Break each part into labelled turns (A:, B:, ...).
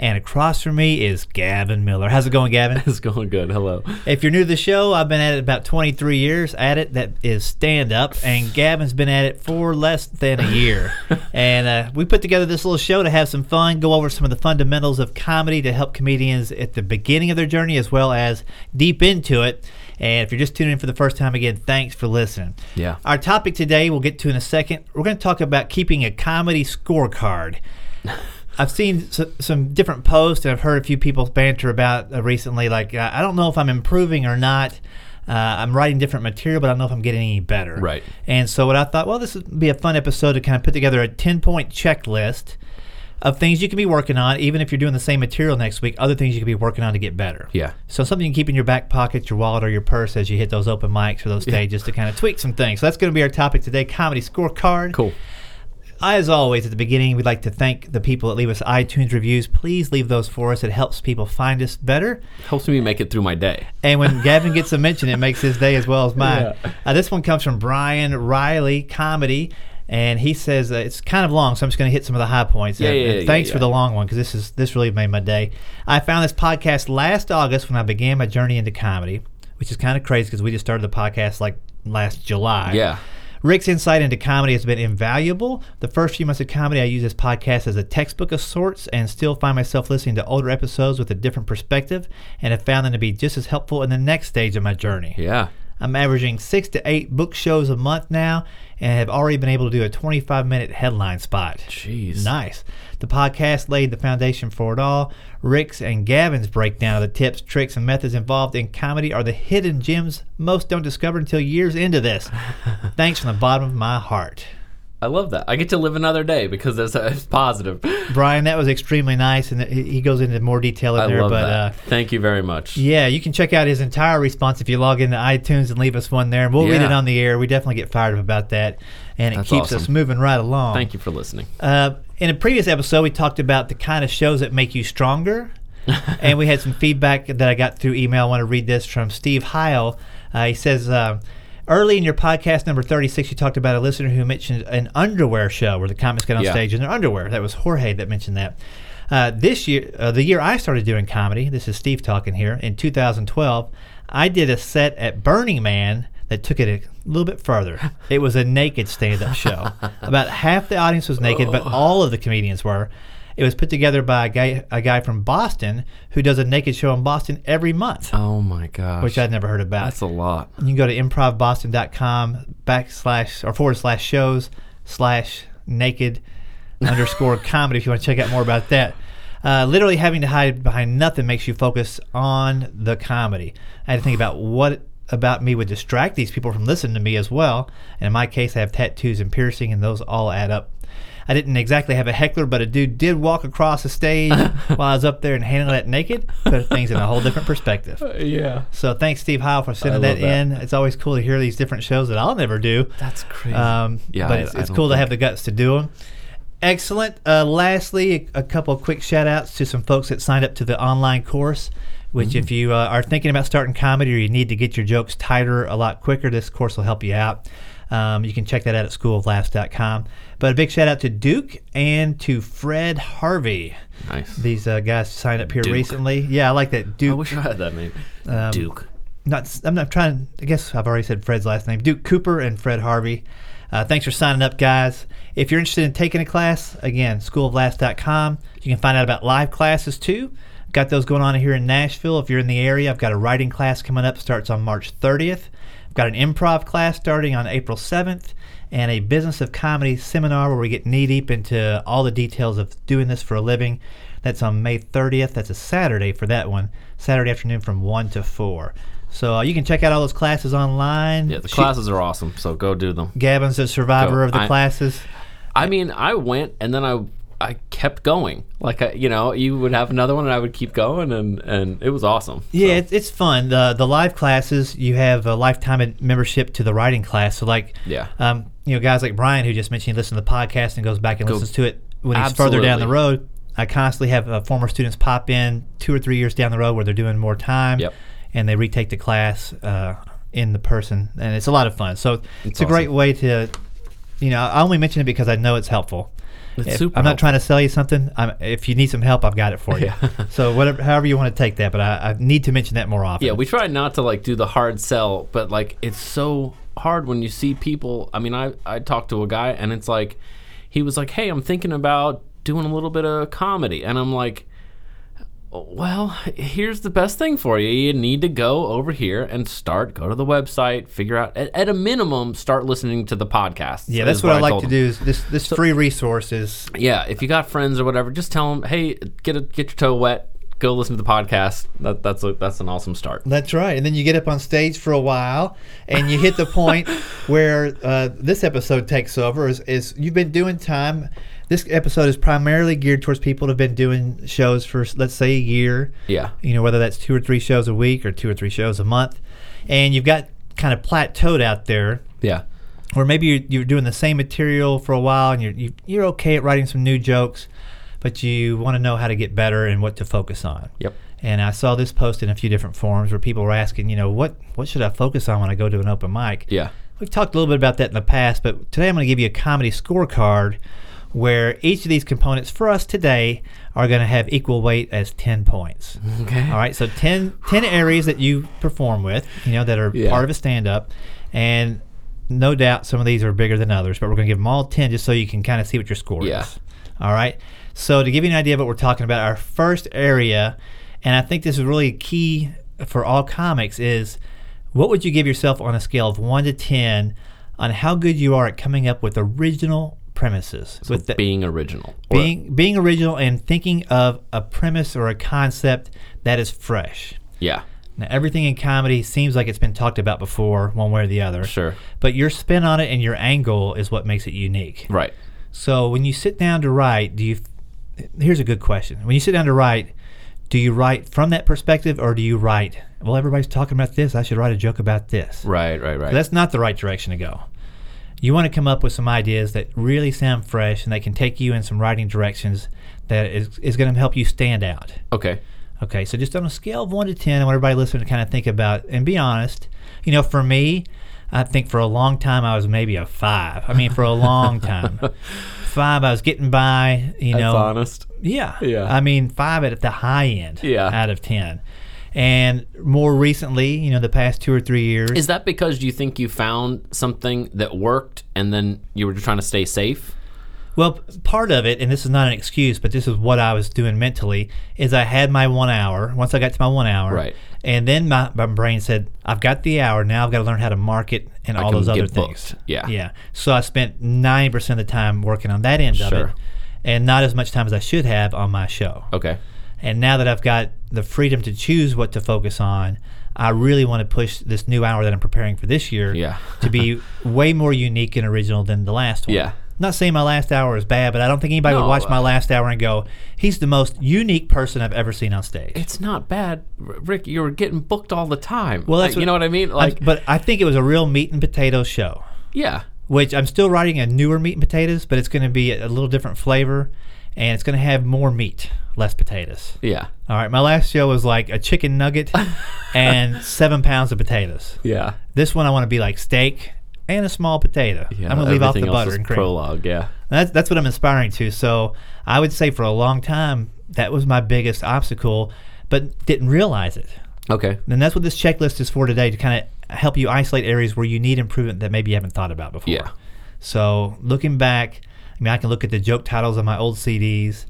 A: and across from me is Gavin Miller. How's it going, Gavin?
B: It's going good. Hello.
A: if you're new to the show, I've been at it about 23 years at it. That is stand up, and Gavin's been at it for less than a year. and uh, we put together this little show to have some fun, go over some of the fundamentals of comedy to help comedians at the beginning of their journey as well as deep into it. And if you're just tuning in for the first time again, thanks for listening.
B: Yeah.
A: Our topic today, we'll get to in a second. We're going to talk about keeping a comedy scorecard. I've seen s- some different posts and I've heard a few people banter about uh, recently. Like, uh, I don't know if I'm improving or not. Uh, I'm writing different material, but I don't know if I'm getting any better.
B: Right.
A: And so, what I thought, well, this would be a fun episode to kind of put together a 10 point checklist of things you can be working on, even if you're doing the same material next week, other things you can be working on to get better.
B: Yeah.
A: So, something you can keep in your back pocket, your wallet, or your purse as you hit those open mics or those stages to kind of tweak some things. So, that's going to be our topic today comedy scorecard.
B: Cool.
A: As always, at the beginning, we'd like to thank the people that leave us iTunes reviews. Please leave those for us. It helps people find us better.
B: Helps me make it through my day.
A: And when Gavin gets a mention, it makes his day as well as mine. Uh, this one comes from Brian Riley Comedy. And he says uh, it's kind of long, so I'm just going to hit some of the high points.
B: Yeah,
A: And-
B: yeah,
A: and
B: yeah,
A: thanks
B: yeah.
A: for the long one because this is this really made my day. I found this podcast last August when I began my journey into comedy, which is kind of crazy because we just started the podcast like last July.
B: Yeah.
A: Rick's insight into comedy has been invaluable. The first few months of comedy, I used this podcast as a textbook of sorts and still find myself listening to older episodes with a different perspective and have found them to be just as helpful in the next stage of my journey.
B: Yeah.
A: I'm averaging six to eight book shows a month now and have already been able to do a 25 minute headline spot.
B: Jeez.
A: Nice. The podcast laid the foundation for it all. Rick's and Gavin's breakdown of the tips, tricks, and methods involved in comedy are the hidden gems most don't discover until years into this. Thanks from the bottom of my heart.
B: I love that. I get to live another day because that's it's positive.
A: Brian, that was extremely nice, and he he goes into more detail in
B: I
A: there.
B: love
A: but
B: that.
A: Uh,
B: Thank you very much.
A: yeah, you can check out his entire response if you log into iTunes and leave us one there, and we'll read
B: Yeah.
A: it on the air. We definitely get fired up about that, and it
B: That's
A: keeps us
B: awesome.
A: moving right along.
B: Thank you for listening.
A: Uh, in a previous episode, we talked about the kind of shows that make you stronger. and we had some feedback that I got through email. I want to read this from Steve Heil. Uh, he says, uh, Early in your podcast, number 36, you talked about a listener who mentioned an underwear show where the comics get on
B: Yeah.
A: stage in their underwear. That was Jorge that mentioned that. Uh, this year, uh, the year I started doing comedy, this is Steve talking here, in 2012, I did a set at Burning Man that took it a little bit further. It was a naked stand up show. About half the audience was naked, but all of the comedians were. It was put together by a guy, a guy from Boston who does a naked show in Boston every month,
B: Oh my gosh.
A: which I'd never heard about.
B: that's a lot.
A: You can go to improvboston.com backslash or forward slash shows slash naked underscore comedy if you want to check out more about that. Uh, literally having to hide behind nothing makes you focus on the comedy. I had to think about what about me would distract these people from listening to me as well. And in my case, I have tattoos and piercing, and those all add up. I didn't exactly have a heckler, but a dude did walk across the stage while I was up there and handle that naked, put things in a whole different perspective.
B: Yeah.
A: So thanks, Steve Howe, for sending
B: I love
A: that,
B: that.
A: in. It's always cool to hear these different shows that I'll never do.
B: That's crazy.
A: Um,
B: Yeah,
A: but
B: I-
A: it's,
B: I
A: it's
B: don't
A: cool to
B: think-
A: have the guts to do them. Excellent. Uh, lastly, a, a couple of quick shout outs to some folks that signed up to the online course. Which,
B: Mm-hmm.
A: if you uh, are thinking about starting comedy or you need to get your jokes tighter a lot quicker, this course will help you out. Um, you can check that out at schooloflaughs.com. But a big shout out to Duke and to Fred Harvey.
B: nice.
A: These uh, guys signed up here
B: Duke.
A: recently. Yeah, I like that.
B: I
A: Duke
B: wish I had that name.
A: um,
B: Duke.
A: not I'm not trying. I guess I've already said Fred's last name. Duke Cooper and Fred Harvey. Uh, thanks for signing up, guys. If you're interested in taking a class, again, schooloflast.com. You can find out about live classes too. Got those going on here in Nashville. If you're in the area, I've got a writing class coming up. Starts on March 30th. I've got an improv class starting on April 7th, and a business of comedy seminar where we get knee deep into all the details of doing this for a living. That's on May 30th. That's a Saturday for that one. Saturday afternoon from 1 to 4. So uh, you can check out all those classes online.
B: Yeah, the
A: She-
B: classes are awesome, so go do them.
A: Gavin's a survivor
B: Go.
A: of the
B: I-
A: classes.
B: I mean, I went and then I I kept going. Like I, you know, you would have another one, and I would keep going, and and it was awesome.
A: Yeah, it's, it's fun. The the live classes you have a lifetime ad- membership to the writing class. So like,
B: Yeah.
A: um, you know, guys like Brian who just mentioned he listens to the podcast and goes back and listens to it when he's further down the
B: Absolutely.
A: road. I constantly have uh, former students pop in two or three years down the road where they're doing more time,
B: Yep.
A: and they retake the class uh, in the person, and it's a lot of fun. So it's, a great way to, you know, I only mention it because I know it's helpful.
B: It's
A: If-
B: super
A: I'm not
B: helpful.
A: trying to sell you something. I'm, if you need some help, I've got it for you. so whatever, however you want to take that, but I, I need to mention that more often.
B: Yeah, we try not to like do the hard sell, but like it's so hard when you see people. I mean, I I talked to a guy and it's like he was like, "Hey, I'm thinking about doing a little bit of comedy." And I'm like, "Well, here's the best thing for you. You need to go over here and start go to the website, figure out at, at a minimum start listening to the podcast."
A: yeah, that's
B: is
A: what, I like
B: told
A: to
B: him.
A: do. Is this this free resource is
B: Yeah, if you got friends or whatever, just tell them, "Hey, get a, get your toe wet, go listen to the podcast." That, that's a, that's an awesome start.
A: That's right. And then you get up on stage for a while, and you hit the point where uh, this episode takes over. Is, is you've been doing time. This episode is primarily geared towards people that have been doing shows for, let's say, a year.
B: Yeah.
A: You know, whether that's two or three shows a week or two or three shows a month. And you've got kind of plateaued out there
B: Yeah.
A: or maybe you're, you're doing the same material for a while and you're, you, you're okay at writing some new jokes, but you want to know how to get better and what to focus on.
B: Yep.
A: And I saw this post in a few different forums where people were asking, you know, what, what should I focus on when I go to an open mic?
B: Yeah.
A: We've talked a little bit about that in the past, but today I'm going to give you a comedy scorecard where each of these components for us today are going to have equal weight as 10 points.
B: Okay.
A: All right, so 10, 10 areas that you perform with, you know, that are
B: Yeah.
A: part of a stand up. And no doubt some of these are bigger than others, but we're going to give them all 10 just so you can kind of see what your score
B: Yeah.
A: is. All right, so to give you an idea of what we're talking about, our first area, and I think this is really key for all comics, is what would you give yourself on a scale of 1 to 10 on how good you are at coming up with original premises? with the-
B: being original. Or-
A: being being original and thinking of a premise or a concept that is fresh.
B: yeah,
A: Now everything in comedy seems like it's been talked about before, one way or the other.
B: sure,
A: But your spin on it and your angle is what makes it unique.
B: right.
A: So when you sit down to write, do you? Here's a good question. When you sit down to write, do you write from that perspective or do you write? Well, everybody's talking about this. I should write a joke about this.
B: Right, right, right.
A: That's not the right direction to go. You want to come up with some ideas that really sound fresh and that can take you in some writing directions that is, is going to help you stand out.
B: okay.
A: Okay, so just on a scale of 1 to 10, I want everybody listening to kind of think about and be honest. You know, for me, I think for a long time I was maybe a 5. I mean, for a long time. 5, I was getting by, you know.
B: honest.
A: Yeah.
B: Yeah.
A: I mean, five at the high end
B: Yeah.
A: out of 10. And more recently, you know, the past two or three years.
B: Is that because you think you found something that worked and then you were just trying to stay safe?
A: Well, p- part of it, and this is not an excuse, but this is what I was doing mentally, is I had my one hour. Once I got to my one hour,
B: Right.
A: and then my, my brain said, "I've got the hour. Now I've got to learn how to market and all
B: can
A: those other
B: get
A: things."
B: booked. Yeah.
A: yeah. So I spent ninety percent of the time working on that end of
B: Sure.
A: it, and not as much time as I should have on my show.
B: Okay.
A: And now that I've got the freedom to choose what to focus on, I really want to push this new hour that I'm preparing for this year
B: Yeah.
A: to be way more unique and original than the last one.
B: Yeah.
A: Not saying my last hour is bad, but I don't think anybody
B: No,
A: would watch
B: uh,
A: my last hour and go, "He's the most unique person I've ever seen on stage."
B: It's not bad, R- Rick. You were getting booked all the time.
A: Well, that's
B: Like,
A: what-
B: you know what I mean.
A: I'm-
B: Like,
A: but I think it was a real meat and potatoes show,
B: yeah,
A: which I'm still writing a newer meat and potatoes, but it's going to be a a little different flavor, and it's going to have more meat, less potatoes.
B: yeah,
A: All right, my last show was like a chicken nugget and seven pounds of potatoes.
B: yeah,
A: This one I want to be like steak and a small potato.
B: yeah.
A: I'm gonna leave off the
B: Everything else
A: butter
B: is
A: and cream.
B: Prologue. Yeah.
A: That's that's what I'm inspiring to. So I would say for a long time that was my biggest obstacle, but didn't realize it.
B: Okay.
A: And that's what this checklist is for today to kind of help you isolate areas where you need improvement that maybe you haven't thought about before.
B: Yeah.
A: So looking back, I mean, I can look at the joke titles on my old CDs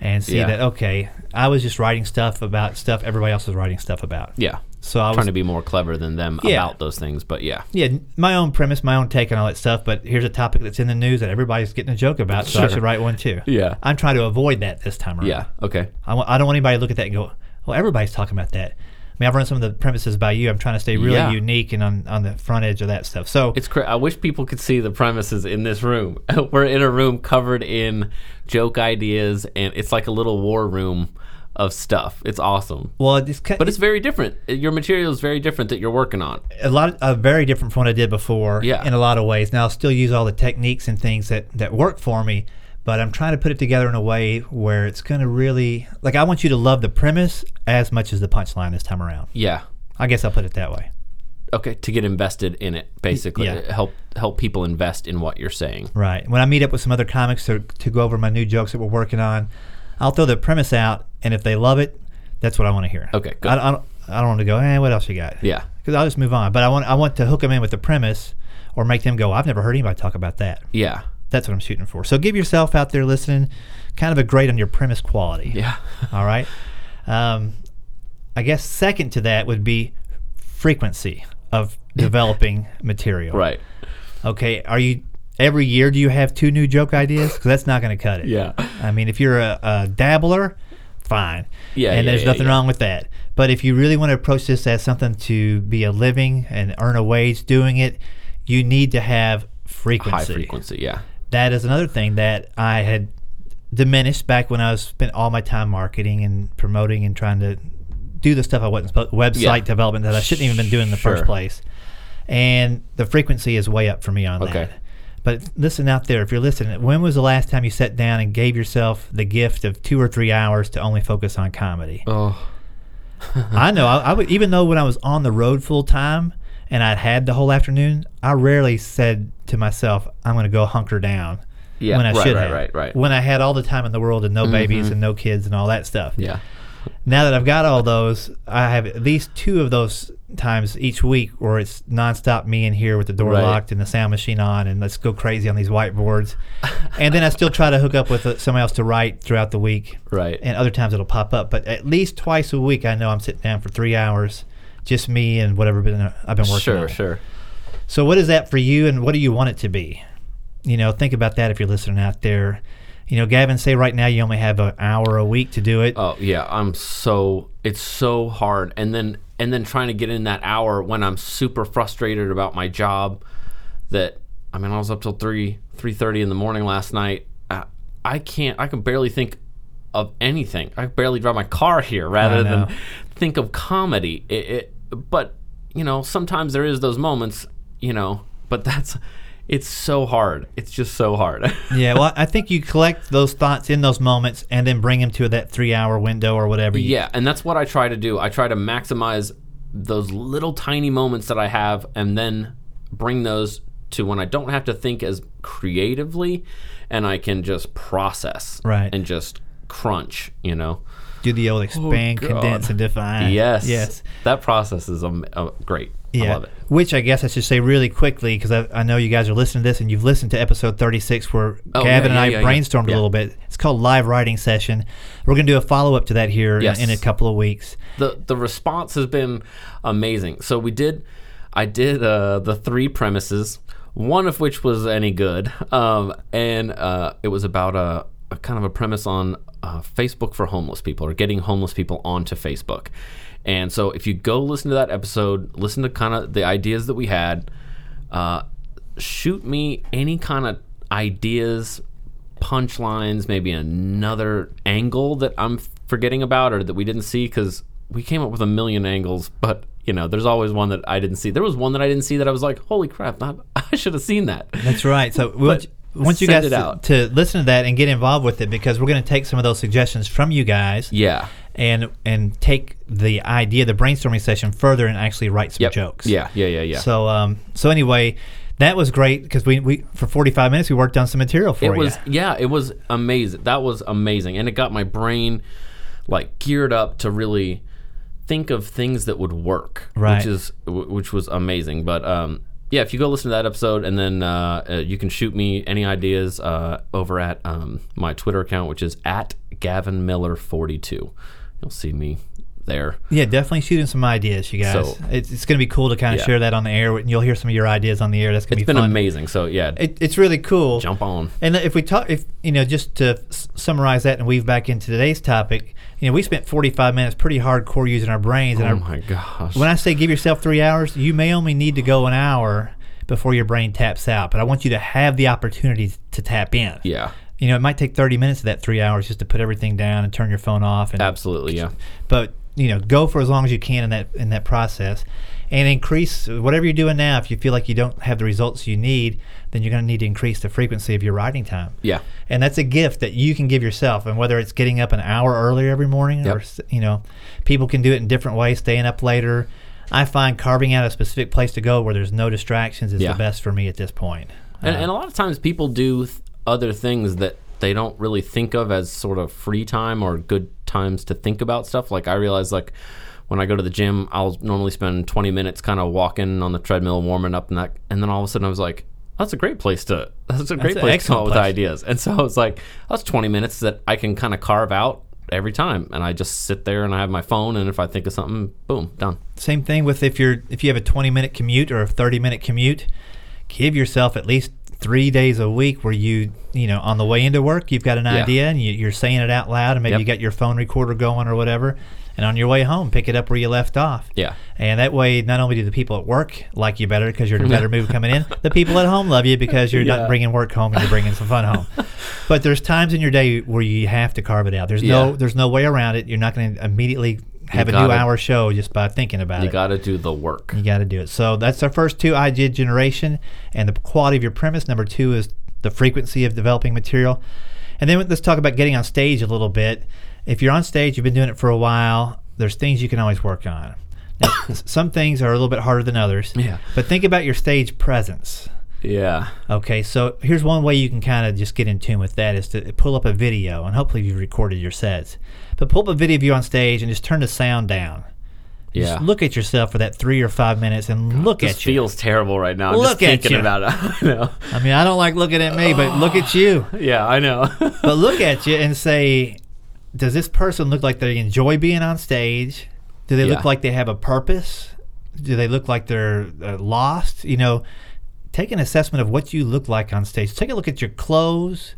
A: and see
B: Yeah.
A: that okay, I was just writing stuff about stuff everybody else was writing stuff about.
B: Yeah.
A: So I was
B: Trying to be more clever than them
A: Yeah.
B: about those things, but yeah.
A: yeah, my own premise, my own take, and all that stuff. But here's a topic that's in the news that everybody's getting a joke about, so I
B: Sure.
A: should write one too.
B: Yeah.
A: I'm trying to avoid that this time around.
B: Yeah. Okay.
A: I, w- I don't want anybody to look at that and go, well, everybody's talking about that. mean, I've run some of the premises by you. I'm trying to stay really
B: Yeah.
A: unique and on, on the front edge of that stuff. So
B: It's cra- I wish people could see the premises in this room. We're in a room covered in joke ideas, and it's like a little war room of stuff. It's awesome,
A: well, it's, ki-
B: but it's very different. Your material is very different that you're working on.
A: a lot uh, very different from what I did before
B: Yeah.
A: in a lot of ways. Now I'll still use all the techniques and things that that work for me, but I'm trying to put it together in a way where it's going to really like I want you to love the premise as much as the punchline this time around.
B: Yeah.
A: I guess I'll put it that way.
B: Okay, to get invested in it, basically
A: yeah.
B: help help people invest in what you're saying.
A: Right. When I meet up with some other comics to, to go over my new jokes that we're working on, I'll throw the premise out, and if they love it, that's what I want to hear.
B: Okay, good.
A: I, I don't, I don't want to go. Eh, what else you got?
B: Yeah.
A: Because I'll just move on. But I want I want to hook them in with the premise, or make them go. I've never heard anybody talk about that.
B: Yeah,
A: That's what I'm shooting for. So give yourself out there listening, kind of a grade on your premise quality.
B: yeah,
A: All right. Um, I guess second to that would be frequency of developing material.
B: right.
A: Okay. Are you every year? Do you have two new joke ideas? Because that's not going to cut it.
B: Yeah.
A: I mean, if you're a, a dabbler, fine.
B: Yeah,
A: And
B: yeah,
A: there's
B: yeah,
A: nothing
B: yeah.
A: wrong with that. But if you really want to approach this as something to be a living and earn a wage doing it, you need to have frequency
B: High frequency. Yeah,
A: that is another thing that I had diminished back when I was spent all my time marketing and promoting and trying to do the stuff I wasn't supposed website
B: Yeah.
A: development that I shouldn't even been doing in the
B: Sure.
A: first place. And the frequency is way up for me on
B: Okay.
A: that. But listen out there, if you're listening, when was the last time you sat down and gave yourself the gift of two or three hours to only focus on comedy?
B: Oh.
A: I know. I, I would, even though when I was on the road full time and I'd had the whole afternoon, I rarely said to myself, "I'm going to go hunker down."
B: Yeah,
A: when I
B: right,
A: should
B: right,
A: have.
B: right, right. Mm-hmm.
A: When I had all the time in the world and no babies and no kids and all that stuff.
B: yeah,
A: Now that I've got all those, I have at least two of those times each week where it's nonstop me in here with the door
B: Right.
A: locked and the sound machine on and let's go crazy on these whiteboards. and then I still try to hook up with uh, somebody else to write throughout the week
B: right.
A: and other times it'll pop up. But at least twice a week, I know I'm sitting down for three hours, just me and whatever been, uh, I've been working
B: sure,
A: on.
B: sure.
A: So, what is that for you, and what do you want it to be? You know, think about that if you're listening out there. You know, Gavin, say right now you only have an hour a week to do it.
B: Oh yeah, I'm so it's so hard, and then and then trying to get in that hour when I'm super frustrated about my job. That I mean, I was up till three three thirty in the morning last night. I, I can't. I can barely think of anything. I can barely drive my car here rather
A: know.
B: than think of comedy. It, it, but you know, sometimes there is those moments. You know, but that's it's so hard. It's just so hard.
A: yeah, well, I think you collect those thoughts in those moments and then bring them to that three hour window or whatever. You,
B: Yeah, and that's what I try to do. I try to maximize those little tiny moments that I have and then bring those to when I don't have to think as creatively and I can just process
A: Right.
B: and just crunch, you know.
A: Do the old expand,
B: Oh, God.
A: condense, and define.
B: Yes.
A: Yes.
B: That process is um, uh, great. I love it.
A: Which I guess I should say really quickly because I, I know you guys are listening to this and you've listened to episode 36 where
B: Oh,
A: Gavin
B: yeah, yeah,
A: and I
B: yeah, yeah.
A: brainstormed
B: Yeah.
A: a little bit. It's called Live Writing Session. We're going to do a follow up to that here in-
B: Yes.
A: in, a couple of weeks.
B: the the response has been amazing. So we did, I did uh, the three premises, one of which was any good, um, and uh, it was about a, a kind of a premise on uh, Facebook for homeless people or getting homeless people onto Facebook. And so if you go listen to that episode, listen to kind of the ideas that we had. Uh, shoot me any kind of ideas punchlines, maybe another angle that I'm forgetting about or that we didn't see because we came up with a million angles, but you know, there's always one that I didn't see. There was one that I didn't see that I was like, holy crap, I, I should have seen that.
A: That's right. So we want,
B: But
A: want you
B: send
A: guys
B: it
A: to-
B: out.
A: To, listen to that and get involved with it because we're going to take some of those suggestions from you guys.
B: Yeah.
A: And, and take the idea, the brainstorming session further and actually write some
B: Yep.
A: jokes.
B: Yeah, yeah, yeah, yeah.
A: So um, so anyway, that was great because we, we for 45 minutes we worked on some material for
B: it
A: you.
B: was yeah, it was amazing. That was amazing. And it got my brain like geared up to really think of things that would work,
A: Right.
B: which is wh- which was amazing. But um yeah, if you go listen to that episode, and then uh, uh, you can shoot me any ideas uh, over at um, my Twitter account, which is at Gavin Miller forty two. You'll see me there.
A: Yeah, definitely shooting some ideas, you guys.
B: So-
A: it's it's going to be cool to kind of
B: Yeah.
A: share that on the air, and you'll hear some of your ideas on the air. That's going
B: It's
A: to be
B: been
A: fun.
B: amazing. So yeah,
A: It, it's really cool.
B: jump on.
A: And if we talk, if you know, just to s- summarize that and weave back into today's topic, you know, we spent 45 minutes pretty hardcore using our brains. And
B: Oh
A: our,
B: my gosh.
A: when I say give yourself three hours, you may only need to go an hour before your brain taps out. But I want you to have the opportunity to tap in.
B: yeah,
A: You know, it might take 30 minutes of that three hours just to put everything down and turn your phone off. And
B: absolutely. Yeah.
A: but you know go for as long as you can in that in that process and increase whatever you're doing now if you feel like you don't have the results you need then you're going to need to increase the frequency of your writing time
B: Yeah.
A: and that's a gift that you can give yourself and whether it's getting up an hour earlier every morning
B: Yep.
A: or s- you know people can do it in different ways staying up later i find carving out a specific place to go where there's no distractions is
B: Yeah.
A: the best for me at this point
B: And, and a lot of times people do th- other things that they don't really think of as sort of free time or good times to think about stuff. Like I realize like when I go to the gym, I'll normally spend 20 minutes kind of walking on the treadmill, warming up and that. And then all of a sudden I was like, that's a great place to, that's a great place to
A: an
B: come
A: excellent
B: up with
A: place.
B: ideas. And so I was like, that's 20 minutes that I can kind of carve out every time. And I just sit there and I have my phone. And if I think of something, boom, done.
A: same thing with if you're if you have a 20 minute commute or a 30 minute commute give yourself at least three days a week where you you know on the way into work you've got an
B: Yeah.
A: idea and you, you're saying it out loud and maybe
B: Yep.
A: you got your phone recorder going or whatever and on your way home pick it up where you left off
B: Yeah.
A: and that way not only do the people at work like you better because you're in a better mood coming in the people at home love you because you're
B: Yeah.
A: not bringing work home and you're bringing some fun home but there's times in your day where you have to carve it out there's no
B: Yeah.
A: there's no way around it you're not going to immediately have a new
B: gotta-
A: hour show just by thinking about
B: You
A: it
B: got to do the work.
A: you got to do it. So that's our first two idea generation and the quality of your premise. Number two is the frequency of developing material. And then let's talk about getting on stage a little bit. If you're on stage, you've been doing it for a while, there's things you can always work on. Now, s- some things are a little bit harder than others.
B: Yeah.
A: But think about your stage presence.
B: Yeah.
A: Okay, so here's one way you can kind of just get in tune with that is to pull up a video, and hopefully you've recorded your sets. But pull up a video of you on stage and just turn the sound down.
B: Yeah.
A: Just look at yourself for that three or five minutes and look
B: This
A: at you.
B: feels terrible right now. just
A: Look
B: thinking
A: at you.
B: about it. I know.
A: I mean, I don't like looking at me, but look at you.
B: Yeah, I know.
A: But look at you and say, does this person look like they enjoy being on stage? Do they
B: Yeah.
A: look like they have a purpose? Do they look like they're uh, lost? You know, take an assessment of what you look like on stage. Take a look at your clothes.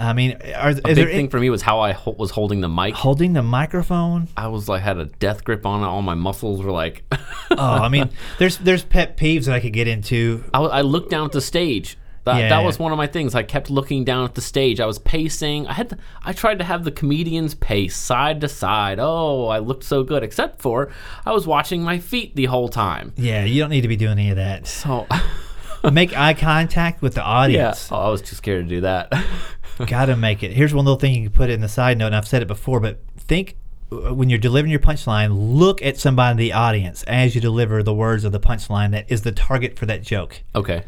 A: I mean, are, is
B: Big
A: there
B: thing
A: any-
B: for me was how I ho- was holding the mic.
A: holding the microphone?
B: I was like had a death grip on it. All my muscles were like.
A: Oh, I mean, there's there's pet peeves that I could get into.
B: I, I looked down at the stage. That,
A: Yeah,
B: that
A: yeah.
B: was one of my things. I kept looking down at the stage. I was pacing. I had. The, I tried to have the comedians pace side to side. Oh, I looked so good, except for I was watching my feet the whole time.
A: Yeah, you don't need to be doing any of that.
B: So,
A: Make eye contact with the
B: yeah.
A: audience.
B: Oh, I was too scared to do that.
A: Gotta make it. Here's one little thing you can put in the side note, and I've said it before, but think uh, when you're delivering your punchline, look at somebody in the audience as you deliver the words of the punchline that is the target for that joke.
B: okay.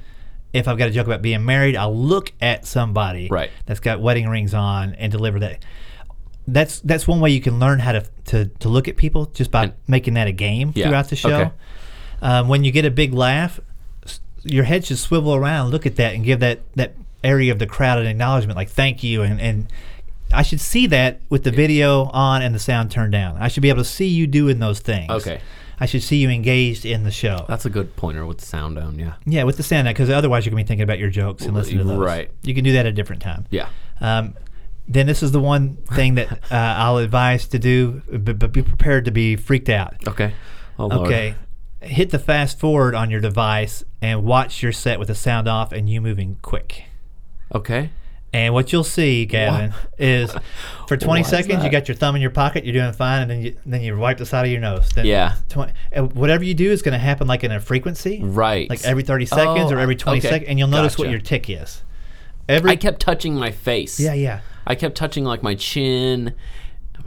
A: If I've got a joke about being married, I'll look at somebody
B: Right.
A: that's got wedding rings on and deliver that. That's that's one way you can learn how to to, to look at people just by making that a game
B: Yeah,
A: throughout the show.
B: okay.
A: Um, when you get a big laugh, s- your head should swivel around, look at that, and give that that area of the crowd an acknowledgement, like thank you, and and I should see that with the video on and the sound turned down. I should be able to see you doing those things.
B: Okay.
A: I should see you engaged in the show.
B: That's a good pointer with the sound down. Yeah.
A: yeah, with the sound, because otherwise you're gonna be thinking about your jokes and listening to those.
B: Right.
A: You can do that at a different time.
B: Yeah.
A: Um, then this is the one thing that uh, I'll advise to do, but, but be prepared to be freaked out.
B: Okay. Oh, Lord.
A: Okay. Hit the fast forward on your device and watch your set with the sound off and you moving quick.
B: Okay.
A: And what you'll see, Gavin, is for 20
B: Why is
A: seconds you
B: that?
A: got your thumb in your pocket, you're doing fine, and then you then you wipe the side of your nose. Then
B: Yeah.
A: 20, and whatever you do is going to happen like in a frequency,
B: Right.
A: Like every 30 seconds
B: Oh,
A: or every 20
B: okay.
A: seconds, and you'll notice what
B: Gotcha.
A: your tick is. Every
B: I kept touching my face.
A: yeah yeah.
B: I kept touching like my chin.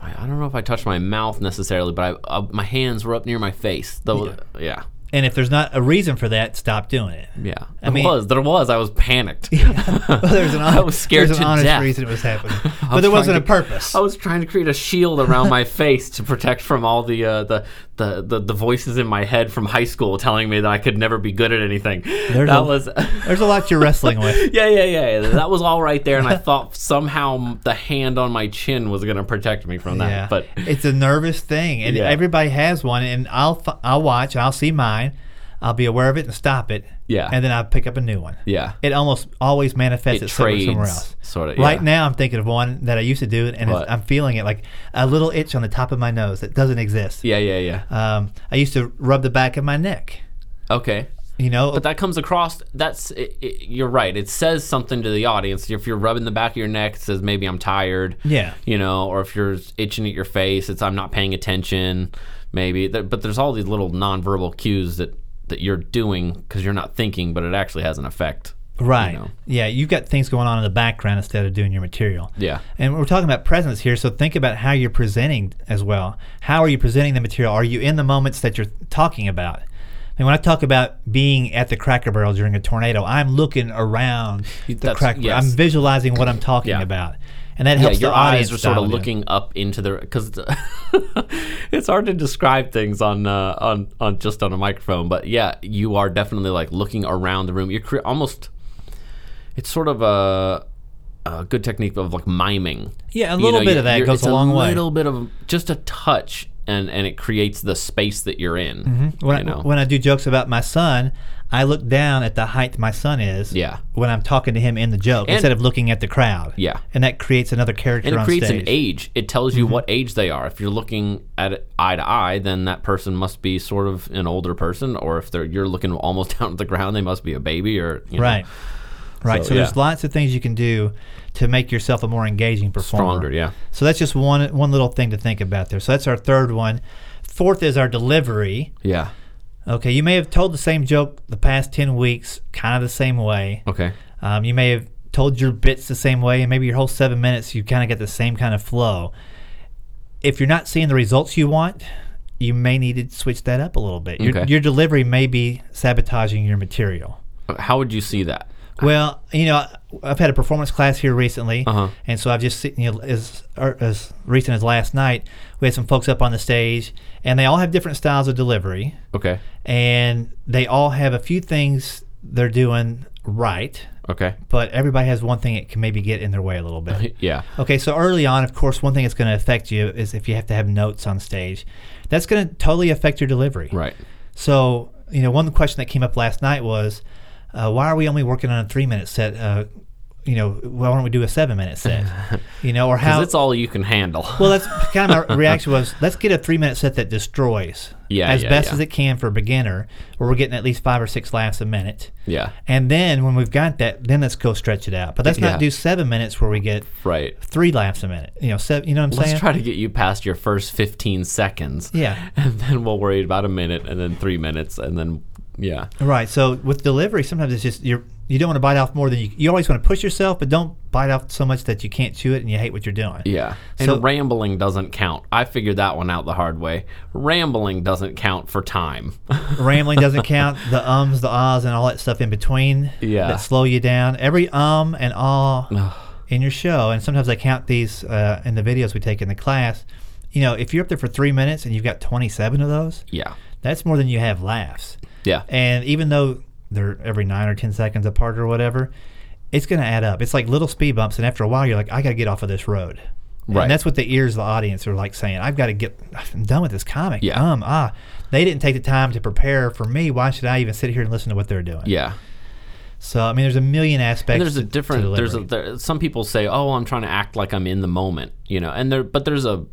B: My, I don't know if I touched my mouth necessarily, but I, uh, my hands were up near my face. Though, yeah. yeah,
A: And if there's not a reason for that, stop doing it.
B: There
A: mean-
B: was, there was. I was panicked.
A: Well, there's an honest,
B: I was scared
A: there's an
B: to
A: honest
B: death.
A: reason it was happening,
B: I
A: but there
B: was
A: wasn't
B: trying
A: a
B: to-
A: purpose.
B: I was trying to create a shield around my face to protect from all the uh, the the, the, the voices in my head from high school telling me that I could never be good at anything.
A: There's
B: that
A: a-
B: was
A: There's a lot you're wrestling with.
B: yeah, yeah, yeah, yeah. That was all right there, and I thought somehow m- the hand on my chin was going to protect me from that.
A: Yeah,
B: But
A: it's a nervous thing, and
B: Yeah.
A: everybody has one. And I'll f- I'll watch, and I'll see mine. I'll be aware of it and stop it.
B: Yeah.
A: and then I will pick up a new one.
B: yeah,
A: It almost always manifests
B: It
A: itself somewhere
B: trades,
A: else.
B: sort of,
A: Right
B: yeah.
A: now, I'm thinking of one that I used to do, and it's,
B: What?
A: I'm feeling it like a little itch on the top of my nose that doesn't exist.
B: yeah, yeah, yeah.
A: Um, I used to rub the back of my neck.
B: Okay,
A: You know,
B: but that comes across. That's it, it, you're right. It says something to the audience. If you're rubbing the back of your neck, it says maybe I'm tired.
A: Yeah.
B: you know, or if you're itching at your face, it's I'm not paying attention. Maybe, There- but there's all these little nonverbal cues that that you're doing because you're not thinking, but it actually has an effect.
A: Right.
B: know.
A: Yeah, you've got things going on in the background instead of doing your material.
B: Yeah.
A: And we're talking about presence here, so think about how you're presenting as well. How are you presenting the material? Are you in the moments that you're talking about? And when I talk about being at the Cracker Barrel during a tornado, I'm looking around the
B: That's-
A: Cracker Barrel.
B: yes.
A: I'm visualizing what I'm talking
B: Yeah.
A: about, and that helps
B: yeah, your
A: the audience.
B: eyes are sort
A: dial
B: of
A: it in.
B: looking up into the because it's hard to describe things on uh, on on just on a microphone. But yeah, you are definitely like looking around the room. You're cre- almost it's sort of a, a good technique of like miming.
A: Yeah, a little bit
B: you-
A: of that
B: you're-
A: goes
B: it's
A: a long way.
B: A little bit of just a touch, and and it creates the space that you're in.
A: Mm-hmm. When,
B: you
A: I,
B: know?
A: when I do jokes about my son, I look down at the height my son is.
B: Yeah.
A: When I'm talking to him in the joke, instead of looking at the crowd.
B: Yeah.
A: And that creates another character
B: and it
A: on
B: creates
A: stage. Mm-hmm.
B: an age. It tells you what age they are. If you're looking at it eye to eye, then that person must be sort of an older person, or if they're you're looking almost down at the ground, they must be a baby or you know,
A: Right. Right. So,
B: So,
A: there's
B: yeah.
A: lots of things you can do to make yourself a more engaging performer.
B: stronger. Yeah,
A: So that's just one one little thing to think about there. So that's our third one. Fourth is our delivery.
B: yeah.
A: Okay, you may have told the same joke the past 10 weeks kind of the same way.
B: Okay.
A: Um, you may have told your bits the same way, and maybe your whole seven minutes, you kind of get the same kind of flow. If you're not seeing the results you want, you may need to switch that up a little bit. Your,
B: Okay.
A: your delivery may be sabotaging your material.
B: How would you see that?
A: Well, you know, I've had a performance class here recently,
B: Uh-huh.
A: and so I've just seen you know, as or as recent as last night. We had some folks up on the stage, and they all have different styles of delivery
B: Okay.
A: and they all have a few things they're doing right,
B: Okay.
A: but everybody has one thing that can maybe get in their way a little bit.
B: Yeah.
A: Okay, so early on, of course, one thing that's going to affect you is if you have to have notes on stage. That's going to totally affect your delivery.
B: Right.
A: So, you know, one question that came up last night was, uh, why are we only working on a three minute set? Uh, you know, why don't we do a seven minute set? you know, or how?
B: Because it's all you can handle.
A: well, that's kind of my reaction was let's get a three minute set that destroys
B: Yeah,
A: as
B: yeah,
A: best
B: yeah.
A: as it can for a beginner, where we're getting at least five or six laughs a minute.
B: yeah.
A: And then when we've got that, then let's go stretch it out. But let's
B: Yeah.
A: not do seven minutes where we get
B: Right.
A: three laughs a minute. You know, seven, you know what I'm saying?
B: Let's try to get you past your first 15 seconds.
A: Yeah.
B: And then we'll worry about a minute and then three minutes and then, yeah.
A: Right. So with delivery, sometimes it's just you're you don't want to bite off more than you. You always want to push yourself, but don't bite off so much that you can't chew it and you hate what you're doing.
B: Yeah. And
A: So-
B: rambling doesn't count. I figured that one out the hard way. Rambling doesn't count for time.
A: Rambling doesn't count. The ums, the ahs, and all that stuff in between
B: Yeah.
A: that slow you down. Every um and ah in your show, and sometimes I count these uh, in the videos we take in the class. You know, if you're up there for three minutes and you've got 27 of those,
B: yeah.
A: that's more than you have laughs.
B: Yeah.
A: And even though they're every nine or 10 seconds apart or whatever, it's going to add up. It's like little speed bumps. And after a while, you're like, I got to get off of this road.
B: Right.
A: And that's what the ears of the audience are like saying, I've got to get, I'm done with this comic.
B: Yeah.
A: Um, ah. They didn't take the time to prepare for me. Why should I even sit here and listen to what they're doing?
B: yeah.
A: So, I mean, there's a million aspects.
B: And there's a
A: to- to
B: different there's a
A: delivery.
B: there, some people say, "Oh, I'm trying to act like I'm in the moment," you know. And there but there's a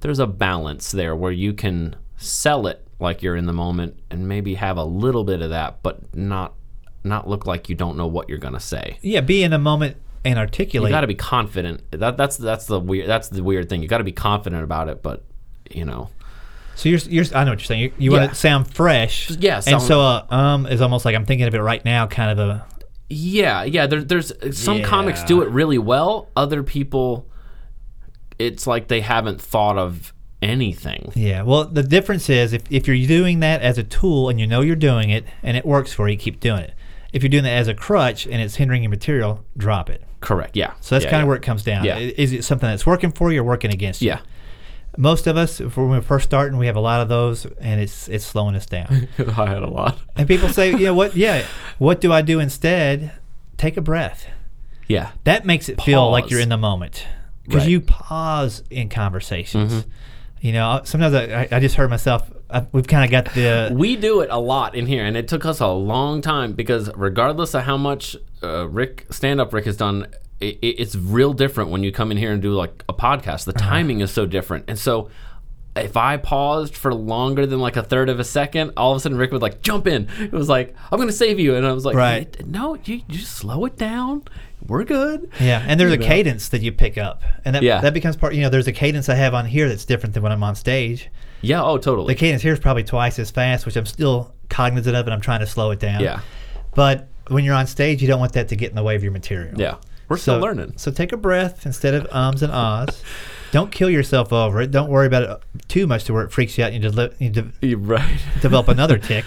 B: there's a balance there where you can sell it like you're in the moment and maybe have a little bit of that but not not look like you don't know what you're going to say.
A: yeah, be in a moment and articulate.
B: you got to be confident. That that's that's the weird that's the weird thing. You got to be confident about it, but you know.
A: So you're, you're, I know what you're saying. You, you
B: Yeah.
A: want to sound fresh.
B: yeah,
A: and
B: sound-
A: so uh, um is almost like I'm thinking of it right now, kind of a
B: Yeah, yeah. There, there's some comics do it really well. Other people, it's like they haven't thought of anything.
A: yeah. Well, the difference is if if you're doing that as a tool and you know you're doing it and it works for you, keep doing it. If you're doing that as a crutch and it's hindering your material, drop it.
B: Correct. Yeah.
A: So that's
B: yeah,
A: kind of
B: yeah.
A: where it comes down.
B: Yeah.
A: I- Is it something that's working for you or working against you?
B: Yeah.
A: Most of us, if we're- when we're first starting, we have a lot of those, and it's it's slowing us down.
B: I had a lot.
A: and people say, "Yeah, what? Yeah, what do I do instead? Take a breath."
B: Yeah.
A: That makes it feel like
B: Pause.
A: you're in the moment because
B: Right. Mm-hmm.
A: you pause in conversations. You know, sometimes I, I- I just heard myself. I, we've kind of got the
B: We do it a lot in here, and it took us a long time because regardless of how much uh, Rick stand up Rick has done, i i it's real different when you come in here and do like a podcast. The
A: Uh-huh.
B: timing is so different, and so if I paused for longer than like a third of a second, all of a sudden Rick would like jump in. It was like I'm gonna save you, and I was like,
A: Right.
B: No, you, you just slow it down. We're good.
A: Yeah, and there's
B: You
A: a
B: know?
A: cadence that you pick up, and that,
B: Yeah.
A: that becomes part. You know, there's a cadence I have on here that's different than when I'm on stage.
B: Yeah. Oh, totally.
A: The cadence here is probably twice as fast, which I'm still cognizant of, and I'm trying to slow it down.
B: Yeah.
A: But when you're on stage, you don't want that to get in the way of your material.
B: yeah. We're
A: So
B: still learning.
A: So take a breath instead of ums and ahs. don't kill yourself over it. Don't worry about it too much to where it freaks you out. And you, deli- you de-
B: You're right.
A: develop another tick.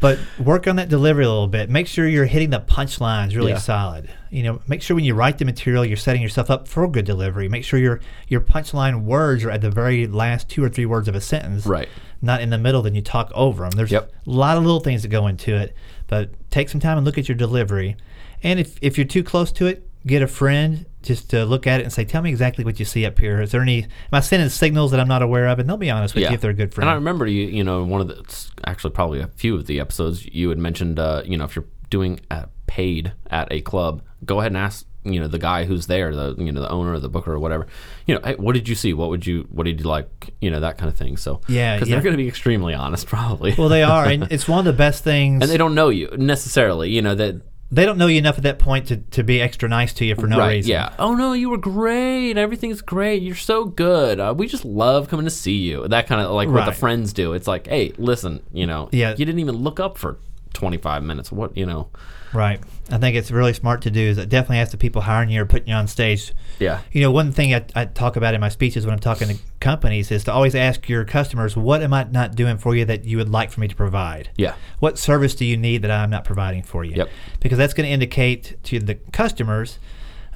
A: But work on that delivery a little bit. Make sure you're hitting the punchlines really
B: Yeah.
A: solid. You know, make sure when you write the material, you're setting yourself up for good delivery. Make sure your your punchline words are at the very last two or three words of a sentence,
B: Right.
A: Not in the middle. Then you talk over them. There's
B: Yep.
A: a lot of little things that go into it, but take some time and look at your delivery. And if if you're too close to it, get a friend just to look at it and say, "Tell me exactly what you see up here. Is there any? Am I sending signals that I'm not aware of?" And they'll be honest with you if they're a good friend.
B: And I remember you, you know, one of the it's actually probably a few of the episodes you had mentioned, uh, you know, if you're doing uh paid at a club, go ahead and ask, you know, the guy who's there, the you know, the owner or the booker or whatever, you know, hey, what did you see? What would you, what did you like? You know, that kind of thing. So
A: Yeah,
B: because
A: yeah.
B: they're going to be extremely honest, probably.
A: Well, they are, and it's one of the best things.
B: and they don't know you necessarily. You know that.
A: they don't know you enough at that point to, to be extra nice to you for no
B: right,
A: reason.
B: yeah. Oh no, you were great. Everything's great. You're so good. Uh, we just love coming to see you. That kind of like what the
A: Right.
B: friends do. It's like, hey, listen, you know,
A: Yeah.
B: you didn't even look up for 25 minutes. What, you know?
A: Right. I think it's really smart to do is definitely ask the people hiring you or putting you on stage.
B: Yeah.
A: You know, one thing I, I talk about in my speeches when I'm talking to companies is to always ask your customers, what am I not doing for you that you would like for me to provide?
B: Yeah.
A: What service do you need that I'm not providing for you?
B: Yep.
A: Because that's going to indicate to the customers,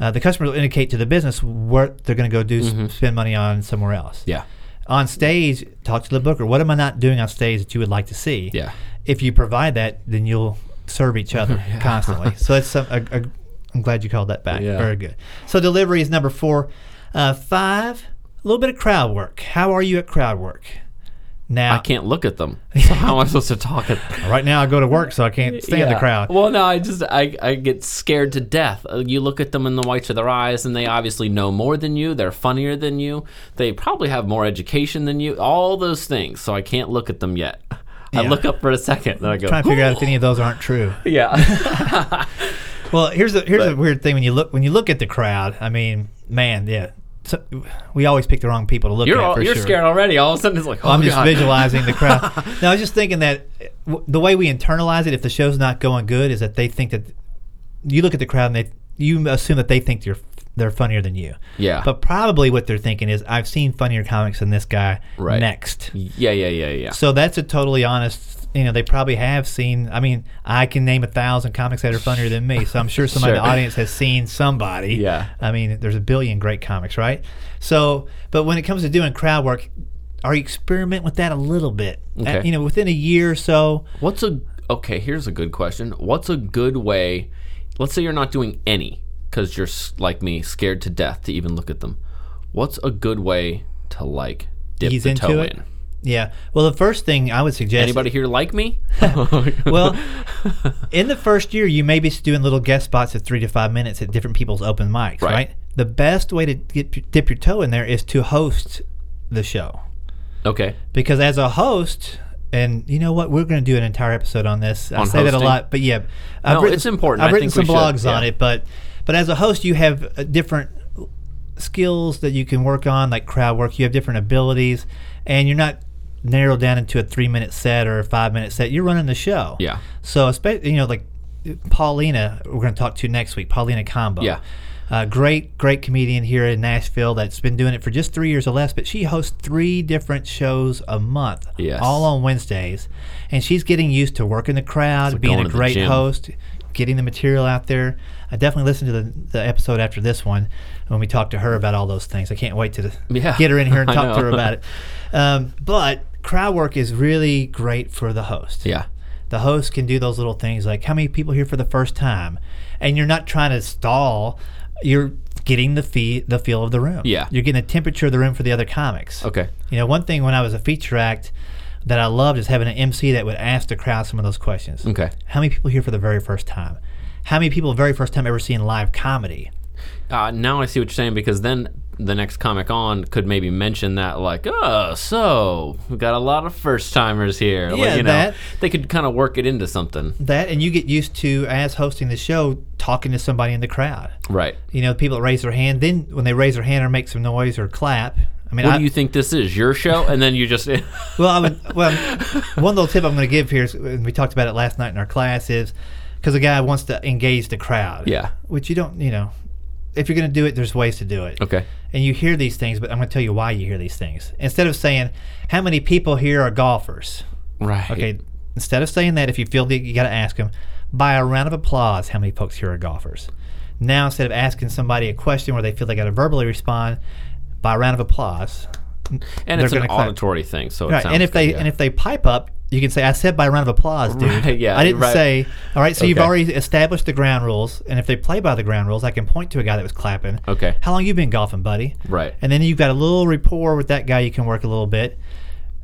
A: uh, the customers will indicate to the business what they're going to go do, s-
B: Mm-hmm.
A: spend money on somewhere else.
B: Yeah.
A: on stage, talk to the booker. What am I not doing on stage that you would like to see?
B: Yeah.
A: If you provide that, then you'll serve each other constantly. So that's some, a, a, I'm glad you called that back.
B: Yeah.
A: Very good. So delivery is number four. Uh, five, a little bit of crowd work. How are you at crowd work? Now,
B: I can't look at them. So how am I supposed to talk at
A: right now I go to work, so I can't stand the
B: Yeah.
A: crowd.
B: Well, no, I just I, I get scared to death. Uh, You look at them in the whites of their eyes, and they obviously know more than you. They're funnier than you. They probably have more education than you. All those things. So I can't look at them yet. I
A: Yeah.
B: look up for a second, then I go.
A: Trying to figure out if any of those aren't true.
B: yeah,
A: Well, here's a here's a weird thing when you look when you look at the crowd. I mean, man, yeah, so, we always pick the wrong people to look
B: you're
A: at.
B: all,
A: for
B: you're
A: sure.
B: scared already. All of a sudden, it's like oh,
A: I'm just
B: God.
A: visualizing the crowd. no, I was just thinking that uh, w- the way we internalize it, if the show's not going good, is that they think that you look at the crowd and they you assume that they think you're they're funnier than you.
B: Yeah.
A: But probably what they're thinking is I've seen funnier comics than this guy.
B: Right.
A: Next.
B: Yeah, yeah, yeah, yeah.
A: So that's a totally honest. You know, they probably have seen. I mean, I can name a thousand comics that are funnier than me. So I'm sure somebody in
B: Sure.
A: the audience has seen somebody.
B: Yeah.
A: I mean, there's a billion great comics, right? So, but when it comes to doing crowd work, are you experiment with that a little bit?
B: Okay.
A: Uh, you know, within a year or so.
B: What's a okay? Here's a good question. What's a good way? Let's say you're not doing any because you're s- like me, scared to death to even look at them. What's a good way to like dip
A: Ease
B: the
A: into
B: toe
A: it?
B: in?
A: Yeah. Well, the first thing I would suggest.
B: Anybody here like me?
A: well, in the first year, you may be doing little guest spots of three to five minutes at different people's open mics, right?
B: Right.
A: The best way to get, dip your toe in there is to host the show.
B: okay.
A: because as a host and you know what we're going to do an entire episode on this i
B: On
A: say that a
B: hosting?
A: lot but yeah
B: No, it's important.
A: i've
B: I
A: written
B: think
A: some
B: we should,
A: blogs on
B: yeah.
A: it but but as a host you have uh, different skills that you can work on like crowd work you have different abilities and you're not narrowed down into a three minute set or a five minute set you're running the show
B: Yeah.
A: so especially you know like paulina we're going to talk to next week paulina combo
B: Yeah.
A: uh, great, great comedian here in Nashville that's been doing it for just three years or less, but she hosts three different shows a month,
B: Yes.
A: all on Wednesdays. And she's getting used to working the crowd, being
B: going
A: a
B: to the
A: great
B: gym.
A: host, getting the material out there. I definitely listened to the, the episode after this one when we talked to her about all those things. I can't wait to
B: Yeah,
A: get her in here and
B: I
A: talk to her
B: know.
A: about it. Um, but crowd work is really great for the host.
B: Yeah.
A: The host can do those little things like how many people here for the first time, and you're not trying to stall. You're getting the fee, the feel of the room.
B: Yeah.
A: You're getting the temperature of the room for the other comics.
B: Okay.
A: You know, one thing when I was a feature act that I loved is having an MC that would ask the crowd some of those questions.
B: Okay.
A: How many people here for the very first time? How many people very first time ever seeing live comedy?
B: Uh, now I see what you're saying because then the next comic on could maybe mention that like, oh, so we got a lot of first timers here. Like,
A: Yeah,
B: you know,
A: that.
B: they could kind of work it into something.
A: That and you get used to as hosting the show talking to somebody in the crowd.
B: Right.
A: You know, people that raise their hand. Then when they raise their hand or make some noise or clap, I mean,
B: What
A: I,
B: do you think this is? Your show? And then you just
A: Well, I would. Well, one little tip I'm going to give here is, and we talked about it last night in our class, is because a guy wants to engage the crowd.
B: Yeah.
A: Which you don't, you know, if you're going to do it, there's ways to do it.
B: Okay.
A: And you hear these things, but I'm going to tell you why you hear these things. Instead of saying, "How many people here are golfers?"
B: Right.
A: Okay. Instead of saying that, if you feel that you got to ask them, by a round of applause, how many folks here are golfers? Now, instead of asking somebody a question where they feel they got to verbally respond, by a round of applause,
B: And it's
A: they're
B: an
A: gonna clap.
B: auditory thing, so it
A: Right,
B: sounds
A: and if
B: good,
A: they
B: yeah.
A: and if they pipe up, you can say, "I said by a round of applause, dude."
B: Right, yeah,
A: I didn't
B: right.
A: say. All right, so you've
B: Okay.
A: already established the ground rules, and if they play by the ground rules, I can point to a guy that was clapping.
B: Okay.
A: How long you been golfing, buddy?
B: Right.
A: And then you've got a little rapport with that guy. You can work a little bit.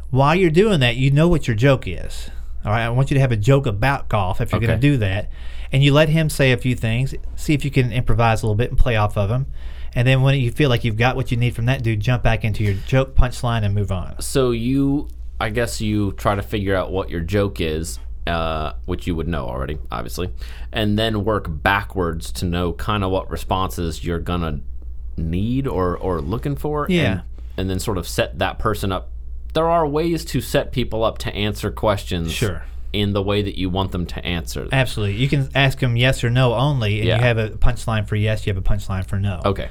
A: While you're doing that, you know what your joke is. All right, I want you to have a joke about golf if you're going
B: Okay.
A: to do that, and you let him say a few things, see if you can improvise a little bit and play off of him. And then when you feel like you've got what you need from that dude, jump back into your joke punchline and move on.
B: so you i guess you try to figure out what your joke is uh, which you would know already obviously and then work backwards to know kind of what responses you're gonna need or or looking for
A: Yeah.
B: and, and then sort of set that person up there are ways to set people up to answer questions
A: Sure.
B: in the way that you want them to answer
A: Absolutely. You can ask them yes or no only, and
B: Yeah.
A: you have a punchline for yes, you have a punchline for no.
B: okay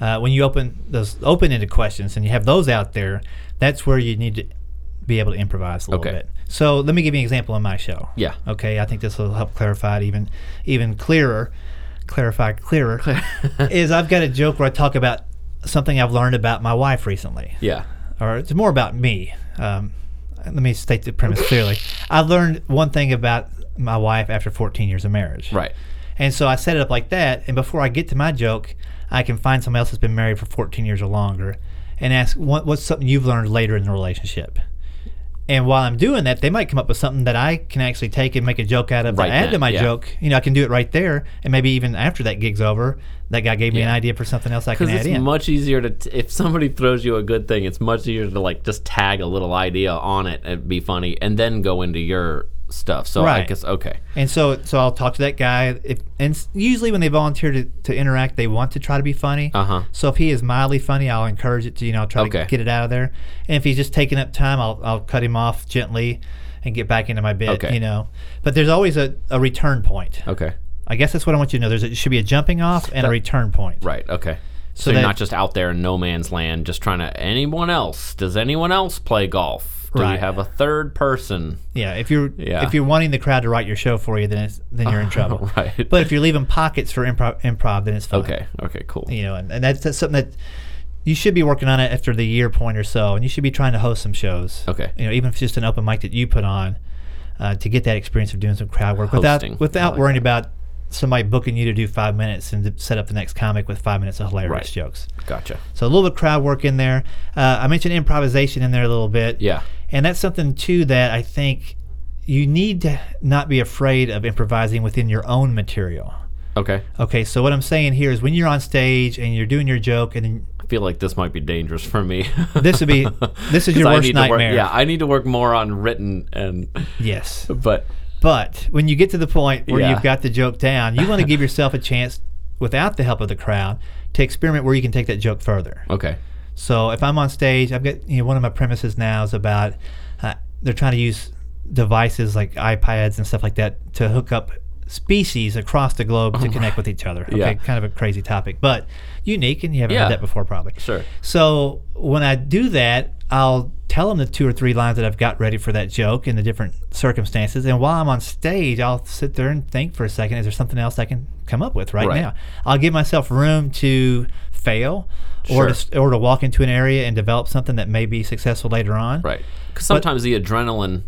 A: Uh, when you open those open ended questions and you have those out there, that's where you need to be able to improvise a little
B: Okay.
A: bit. So let me give you an example on my show.
B: Yeah.
A: Okay. I think this will help clarify it even, even clearer. Clarify clearer. is I've got a joke where I talk about something I've learned about my wife recently
B: yeah
A: or it's more about me. Um, let me state the premise clearly. I learned one thing about my wife after 14 years of marriage.
B: right
A: And so I set it up like that. And before I get to my joke, I can find somebody else that's been married for 14 years or longer and ask, what, what's something you've learned later in the relationship? And while I'm doing that, they might come up with something that I can actually take and make a joke out of.
B: Right
A: to add
B: then,
A: to my
B: yeah.
A: joke, you know, I can do it right there, and maybe even after that gig's over, that guy gave me an
B: Yeah.
A: idea for something else I can
B: Because
A: add
B: it's
A: in.
B: much easier to t- if somebody throws you a good thing, it's much easier to like just tag a little idea on it and be funny, and then go into your stuff. So I
A: Right.
B: guess okay,
A: And so, so I'll talk to that guy. If and s- usually when they volunteer to, to interact, they want to try to be funny.
B: Uh-huh.
A: So if he is mildly funny, I'll encourage it to you know I'll try
B: Okay.
A: to get it out of there. And if he's just taking up time, I'll I'll cut him off gently and get back into my bit.
B: Okay.
A: You know, but there's always a, a return point.
B: okay,
A: I guess that's what I want you to know. There's a, should be a jumping off and a return point.
B: right, okay. So,
A: So
B: you're
A: that-
B: not just out there in no man's land, just trying to. Anyone else? Does anyone else play golf? Do you
A: Right.
B: have a third person?
A: Yeah. If you're
B: Yeah.
A: if you're wanting the crowd to write your show for you, then it's, then you're in trouble.
B: Right.
A: But if you're leaving pockets for improv, improv, then it's fine.
B: Okay, okay, cool.
A: you know, and, and that's, that's something that you should be working on it after the year point or so, and you should be trying to host some shows.
B: Okay.
A: you know, even if it's just an open mic that you put on uh, to get that experience of doing some crowd work
B: Hosting.
A: without without
B: I like
A: worrying about somebody booking you to do five minutes and to set up the next comic with five minutes of hilarious
B: Right.
A: jokes.
B: Gotcha.
A: So a little bit of crowd work in there. Uh, I mentioned improvisation in there a little bit.
B: Yeah.
A: And that's something too that I think you need to not be afraid of improvising within your own material.
B: Okay.
A: Okay, so what I'm saying here is when you're on stage and you're doing your joke, and then
B: I feel like this might be dangerous for me.
A: this would be this is
B: 'Cause
A: your
B: I
A: worst
B: need to work-
A: nightmare.
B: yeah, I need to work more on written and,
A: Yes,
B: but
A: but when you get to the point where
B: Yeah.
A: you've got the joke down, you want to give yourself a chance, without the help of the crowd, to experiment where you can take that joke further.
B: okay,
A: So if I'm on stage, I've got you know one of my premises now is about uh, they're trying to use devices like iPads and stuff like that to hook up species across the globe to connect with each other. Okay,
B: Oh Yeah.
A: kind of a crazy topic, but unique, and you haven't
B: Yeah.
A: heard that before probably.
B: Sure.
A: So when I do that, I'll tell them the two or three lines that I've got ready for that joke in the different circumstances. And while I'm on stage, I'll sit there and think for a second: is there something else I can come up with right,
B: Right.
A: now? I'll give myself room to fail, or
B: Sure.
A: to, s- or to walk into an area and develop something that may be successful later on.
B: Right. Because sometimes the adrenaline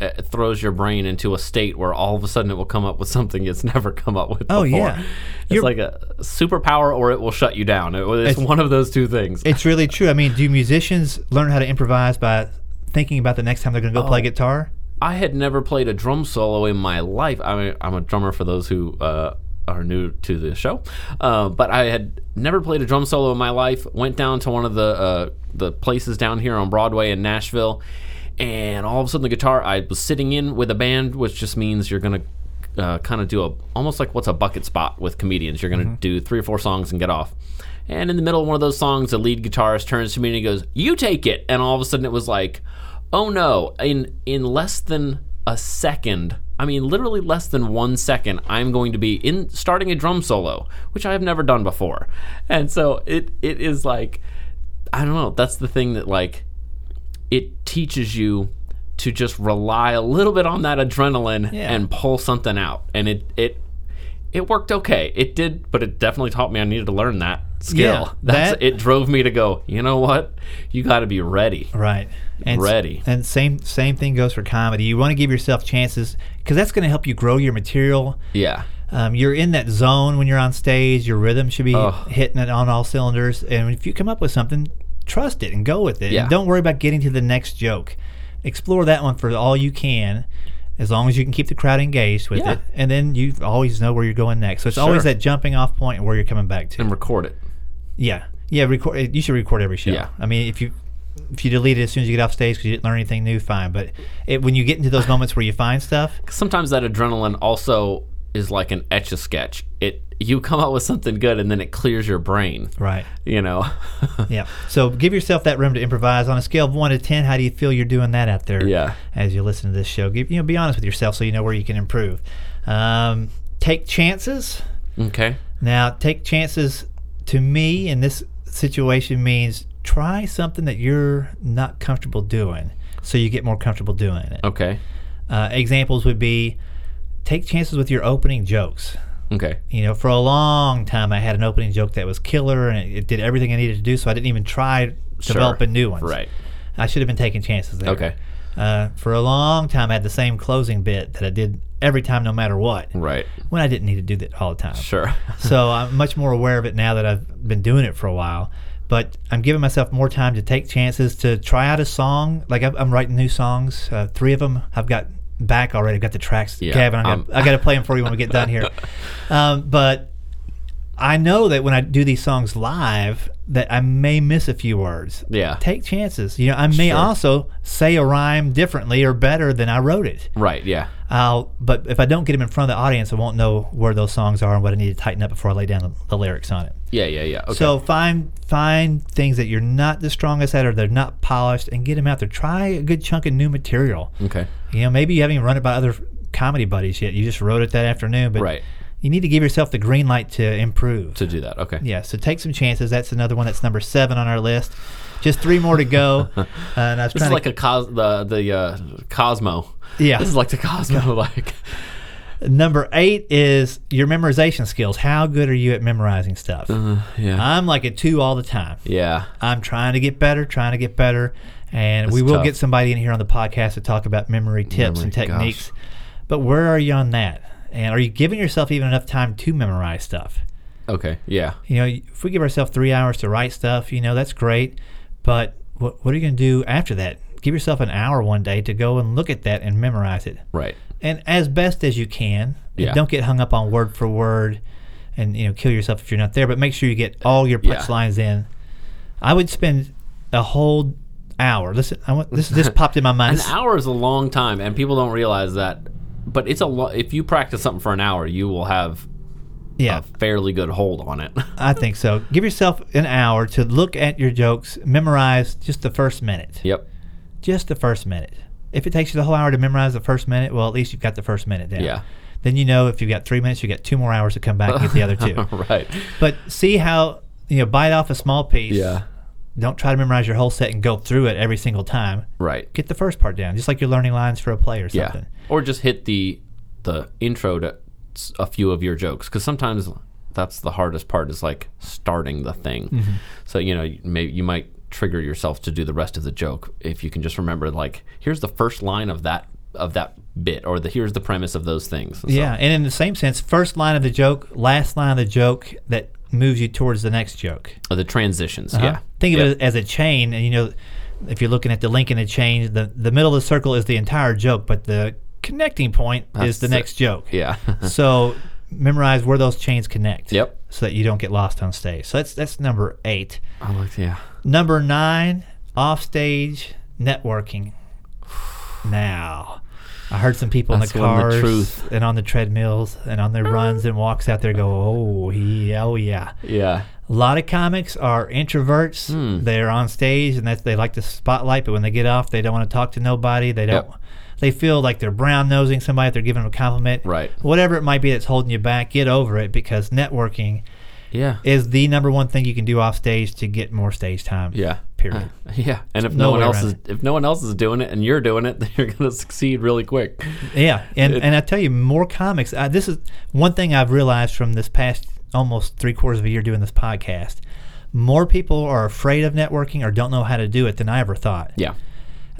B: uh, throws your brain into a state where all of a sudden it will come up with something it's never come up with
A: Oh,
B: before.
A: yeah.
B: It's
A: You're-
B: like a superpower or it will shut you down. It- it's,
A: It's-
B: one of those two things.
A: It's really true. I mean, do musicians learn how to improvise by thinking about the next time they're going to go
B: Oh.
A: play guitar?
B: I had never played a drum solo in my life. I mean, I'm a drummer for those who uh, are new to the show, uh, but I had never played a drum solo in my life. Went down to one of the uh, the places down here on Broadway in Nashville, and all of a sudden the guitar. I was sitting in with a band, which just means you're gonna. Uh, kind of do a almost like what's a bucket spot with comedians. You're gonna do three or four songs and get off. And in the middle of one of those songs, the lead guitarist turns to me and he goes, "You take it." And all of a sudden, it was like, oh no in in less than a second i mean literally less than one second i'm going to be in starting a drum solo which i have never done before and so it it is like i don't know that's the thing that like it teaches you to just rely a little bit on that adrenaline
A: Yeah.
B: and pull something out and it it it worked okay it did but it definitely taught me i needed to learn that skill
A: Yeah,
B: that's
A: that-
B: it drove me to go you know what you got to be ready
A: Right. And s-
B: Ready.
A: and same same thing goes for comedy. You want to give yourself chances because that's going to help you grow your material.
B: yeah
A: Um, you're in that zone when you're on stage. Your rhythm should
B: Oh.
A: be hitting it on all cylinders. And if you come up with something, trust it and go with it.
B: Yeah.
A: And don't worry about getting to the next joke. Explore that one for all you can, as long as you can keep the crowd engaged with
B: Yeah.
A: it. And then you always know where you're going next. So it's always
B: Sure.
A: that jumping off point and where you're coming back to.
B: and record it.
A: Yeah, yeah. Record. eh, You should record every show.
B: Yeah.
A: I mean, if you if you delete it as soon as you get off stage because you didn't learn anything new, fine. But it, when you get into those moments where you find stuff,
B: 'Cause Sometimes that adrenaline also is like an etch a sketch. It you come up with something good and then it clears your brain.
A: right?
B: You know.
A: Yeah. So give yourself that room to improvise. On a scale of one to ten, how do you feel you're doing that out there?
B: Yeah.
A: As you listen to this show, give you know, be honest with yourself so you know where you can improve. Um, take chances.
B: okay.
A: Now, take chances to me in this situation means try something that you're not comfortable doing, so you get more comfortable doing it.
B: Okay.
A: Uh, examples would be take chances with your opening jokes.
B: Okay.
A: You know, for a long time, I had an opening joke that was killer and it, it did everything I needed to do, so I didn't even try developing new ones.
B: Right.
A: I should have been taking chances there.
B: Okay.
A: Uh, for a long time, I had the same closing bit that I did every time, no matter what,
B: Right.
A: when I didn't need to do that all the time.
B: Sure.
A: so I'm much more aware of it now that I've been doing it for a while. But I'm giving myself more time to take chances to try out a song. Like I'm, I'm writing new songs. Uh, three of them I've got back already. I've got the tracks,
B: Yeah,
A: Gavin. I got,
B: I'm-
A: I got to play them for you when we get done here. Um, but I know that when I do these songs live, that I may miss a few words.
B: Yeah.
A: Take chances. You know, I may
B: Sure.
A: also say a rhyme differently or better than I wrote it.
B: Right. Yeah.
A: I'll, but if I don't get them in front of the audience, I won't know where those songs are and what I need to tighten up before I lay down the, the lyrics on it.
B: Yeah. Yeah. Yeah. Okay.
A: So find find things that you're not the strongest at or they're not polished, and get them out there. Try a good chunk of new material.
B: okay.
A: You know, maybe you haven't even run it by other comedy buddies yet. You just wrote it that afternoon, but
B: Right.
A: you need to give yourself the green light to improve.
B: To do that. Okay.
A: Yeah, so take some chances. That's another one. That's number seven on our list. Just three more to go. Uh, and I was
B: This is
A: trying
B: like
A: to,
B: a cos the the uh, Cosmo.
A: Yeah.
B: This is like the Cosmo. Like.
A: number eight is your memorization skills. How good are you at memorizing stuff?
B: Uh-huh. Yeah.
A: I'm like a two all the time.
B: yeah.
A: I'm trying to get better, trying to get better, and we will
B: tough.
A: get somebody in here on the podcast to talk about memory tips and
B: Memory, gosh.
A: techniques. But where are you on that? And are you giving yourself even enough time to memorize stuff?
B: Okay. Yeah.
A: You know, if we give ourselves three hours to write stuff, you know, that's great. But what, what are you going to do after that? Give yourself an hour one day to go and look at that and memorize it.
B: Right.
A: And as best as you can. And
B: Yeah.
A: Don't get hung up on word for word and, you know, kill yourself if you're not there, but make sure you get all your
B: Yeah.
A: punchlines in. I would spend a whole hour. Listen, I want, this this popped in my mind.
B: An hour is a long time, and people don't realize that. But it's a lo- if you practice something for an hour, you will have
A: yeah.
B: a fairly good hold on it.
A: I think so. Give yourself an hour to look at your jokes, memorize just the first minute.
B: yep.
A: just the first minute. If it takes you the whole hour to memorize the first minute, well, at least you've got the first minute down.
B: Yeah.
A: Then you know if you've got three minutes, you've got two more hours to come back and get the other two.
B: right.
A: But see how you know bite off a small piece.
B: Yeah.
A: Don't try to memorize your whole set and go through it every single time.
B: Right.
A: Get the first part down, just like you're learning lines for a play or
B: Yeah.
A: something.
B: Or just hit the the intro to s- a few of your jokes because sometimes that's the hardest part is like starting the thing.
A: Mm-hmm.
B: So you know maybe you might trigger yourself to do the rest of the joke if you can just remember like here's the first line of that of that bit or the here's the premise of those things. So-
A: Yeah, and in the same sense, first line of the joke, last line of the joke that moves you towards the next joke.
B: or the transitions.
A: Uh-huh.
B: Yeah.
A: Think
B: Yep.
A: of it as a chain, and you know, if you're looking at the link in a chain, the the middle of the circle is the entire joke, but the connecting point is
B: That's
A: the
B: it.
A: next joke.
B: Yeah. Uh-huh.
A: so memorize where those chains connect.
B: Yep.
A: So that you don't get lost on stage. So that's that's number eight.
B: I like yeah.
A: Number nine, offstage networking. Now, I heard some people
B: That's
A: in
B: when
A: the
B: the
A: cars
B: truth-
A: and on the treadmills and on their runs and walks out there go, oh yeah, oh yeah.
B: Yeah.
A: A lot of comics are introverts.
B: Hmm.
A: They're on stage and that's, they like the spotlight, but when they get off, they don't want to talk to nobody. They don't.
B: Yep.
A: They feel like they're brown nosing somebody. If they're giving them a compliment,
B: Right.
A: Whatever it might be that's holding you back, get over it because networking
B: Yeah.
A: is the number one thing you can do off stage to get more stage time.
B: Yeah.
A: Period.
B: Uh, yeah. And if no,
A: no
B: one
A: way
B: else
A: around
B: is if no one else is doing it and you're doing it, then you're gonna succeed really quick.
A: Yeah, and and I tell you, more comics. I, this is one thing I've realized from this past almost three quarters of a year doing this podcast. More people are afraid of networking or don't know how to do it than I ever thought.
B: Yeah.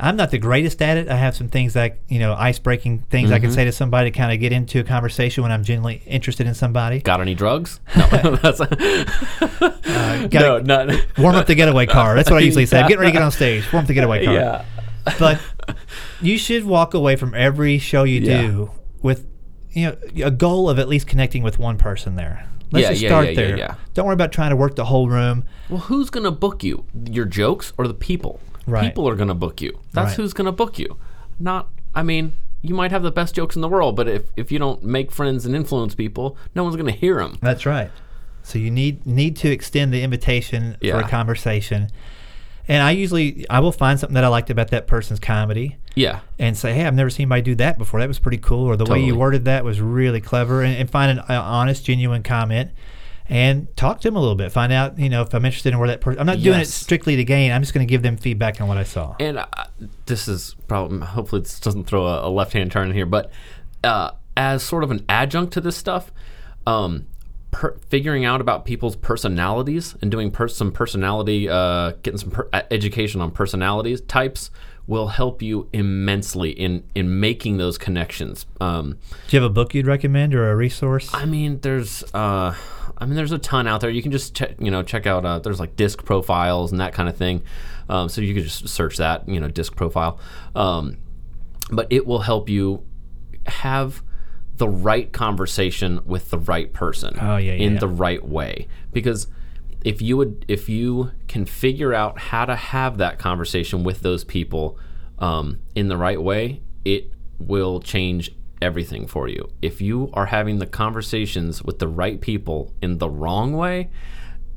A: I'm not the greatest at it. I have some things like you know ice breaking things I can
B: Mm-hmm.
A: say to somebody to kind of get into a conversation when I'm genuinely interested in somebody.
B: Got any drugs? No. That's no,
A: Uh, Gotta
B: not
A: Warm up the getaway car. That's what I usually say. I'm getting ready to get on stage. Warm up the getaway car.
B: yeah.
A: but you should walk away from every show you
B: Yeah.
A: do with you know a goal of at least connecting with one person there. Let's
B: Yeah,
A: just
B: yeah,
A: start
B: yeah, yeah,
A: there.
B: yeah.
A: Don't worry about trying to work the whole room.
B: Well, who's gonna book you? Your jokes or the people?
A: Right.
B: People are gonna book you. That's
A: Right.
B: who's gonna book you. Not. I mean, you might have the best jokes in the world, but if if you don't make friends and influence people, no one's gonna hear them.
A: That's right. So you need need to extend the invitation for
B: Yeah.
A: a conversation. And I usually I will find something that I liked about that person's comedy
B: Yeah.
A: and say, "Hey, I've never seen anybody do that before. That was pretty cool." Or the way
B: Totally.
A: you worded that was really clever. And, and find an uh, honest, genuine comment and talk to them a little bit. Find out, you know, if I'm interested in where that person. I'm not doing it
B: Yes.
A: strictly to gain. I'm just going to give them feedback on what I saw.
B: and uh, this is probably hopefully this doesn't throw a, a left hand turn in here, but uh, as sort of an adjunct to this stuff, um, per- figuring out about people's personalities and doing per- some personality, uh, getting some per- uh, education on personalities types will help you immensely in in making those connections. Um,
A: Do you have a book you'd recommend or a resource?
B: I mean, there's, uh, I mean, there's a ton out there. You can just check, you know, check out. Uh, there's like disc profiles and that kind of thing. Um, so you could just search that, you know, disc profile. Um, but it will help you have the right conversation with the right person.
A: Oh, yeah, yeah,
B: in
A: yeah.
B: the right way because if you would, if you can figure out how to have that conversation with those people um, in the right way, it will change everything for you. If you are having the conversations with the right people in the wrong way,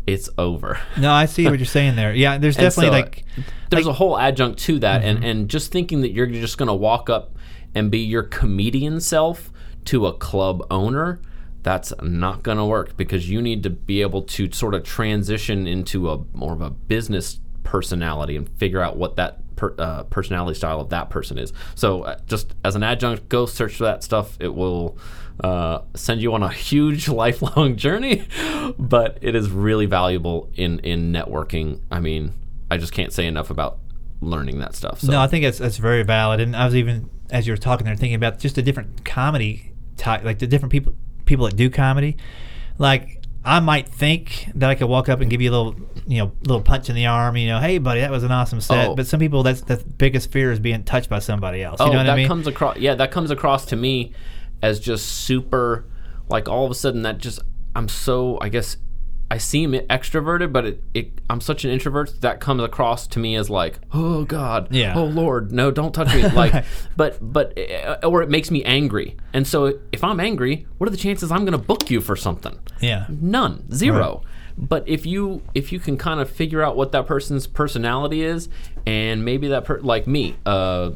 B: it's over.
A: no, I see what you're saying there. Yeah, there's
B: And so,
A: definitely like Mm-hmm.
B: there's a whole adjunct to that, and and just thinking that you're just going to walk up and be your comedian self to a club owner, that's not going to work because you need to be able to sort of transition into a more of a business personality and figure out what that per, uh, personality style of that person is. So uh, just as an adjunct, go search for that stuff. It will. Uh, send you on a huge lifelong journey, but it is really valuable in in networking. I mean, I just can't say enough about learning that stuff. So
A: No, I think that's that's very valid. And I was even as you were talking there thinking about just the different comedy type, like the different people people that do comedy. Like I might think that I could walk up and give you a little, you know, little punch in the arm. You know, hey buddy, that was an awesome set.
B: Oh.
A: But some people, that's the biggest fear is being touched by somebody else. You
B: oh,
A: know what
B: that
A: I mean?
B: comes across. Yeah, that comes across to me as just super. Like all of a sudden, that just I'm so I guess I seem extroverted, but it, it I'm such an introvert that comes across to me as like, oh God,
A: Yeah.
B: oh Lord, no, don't touch me. Like, but but uh, or it makes me angry, and so if I'm angry, what are the chances I'm going to book you for something?
A: yeah.
B: none zero but if you if you can kind of figure out what that person's personality is and maybe that per- like me uh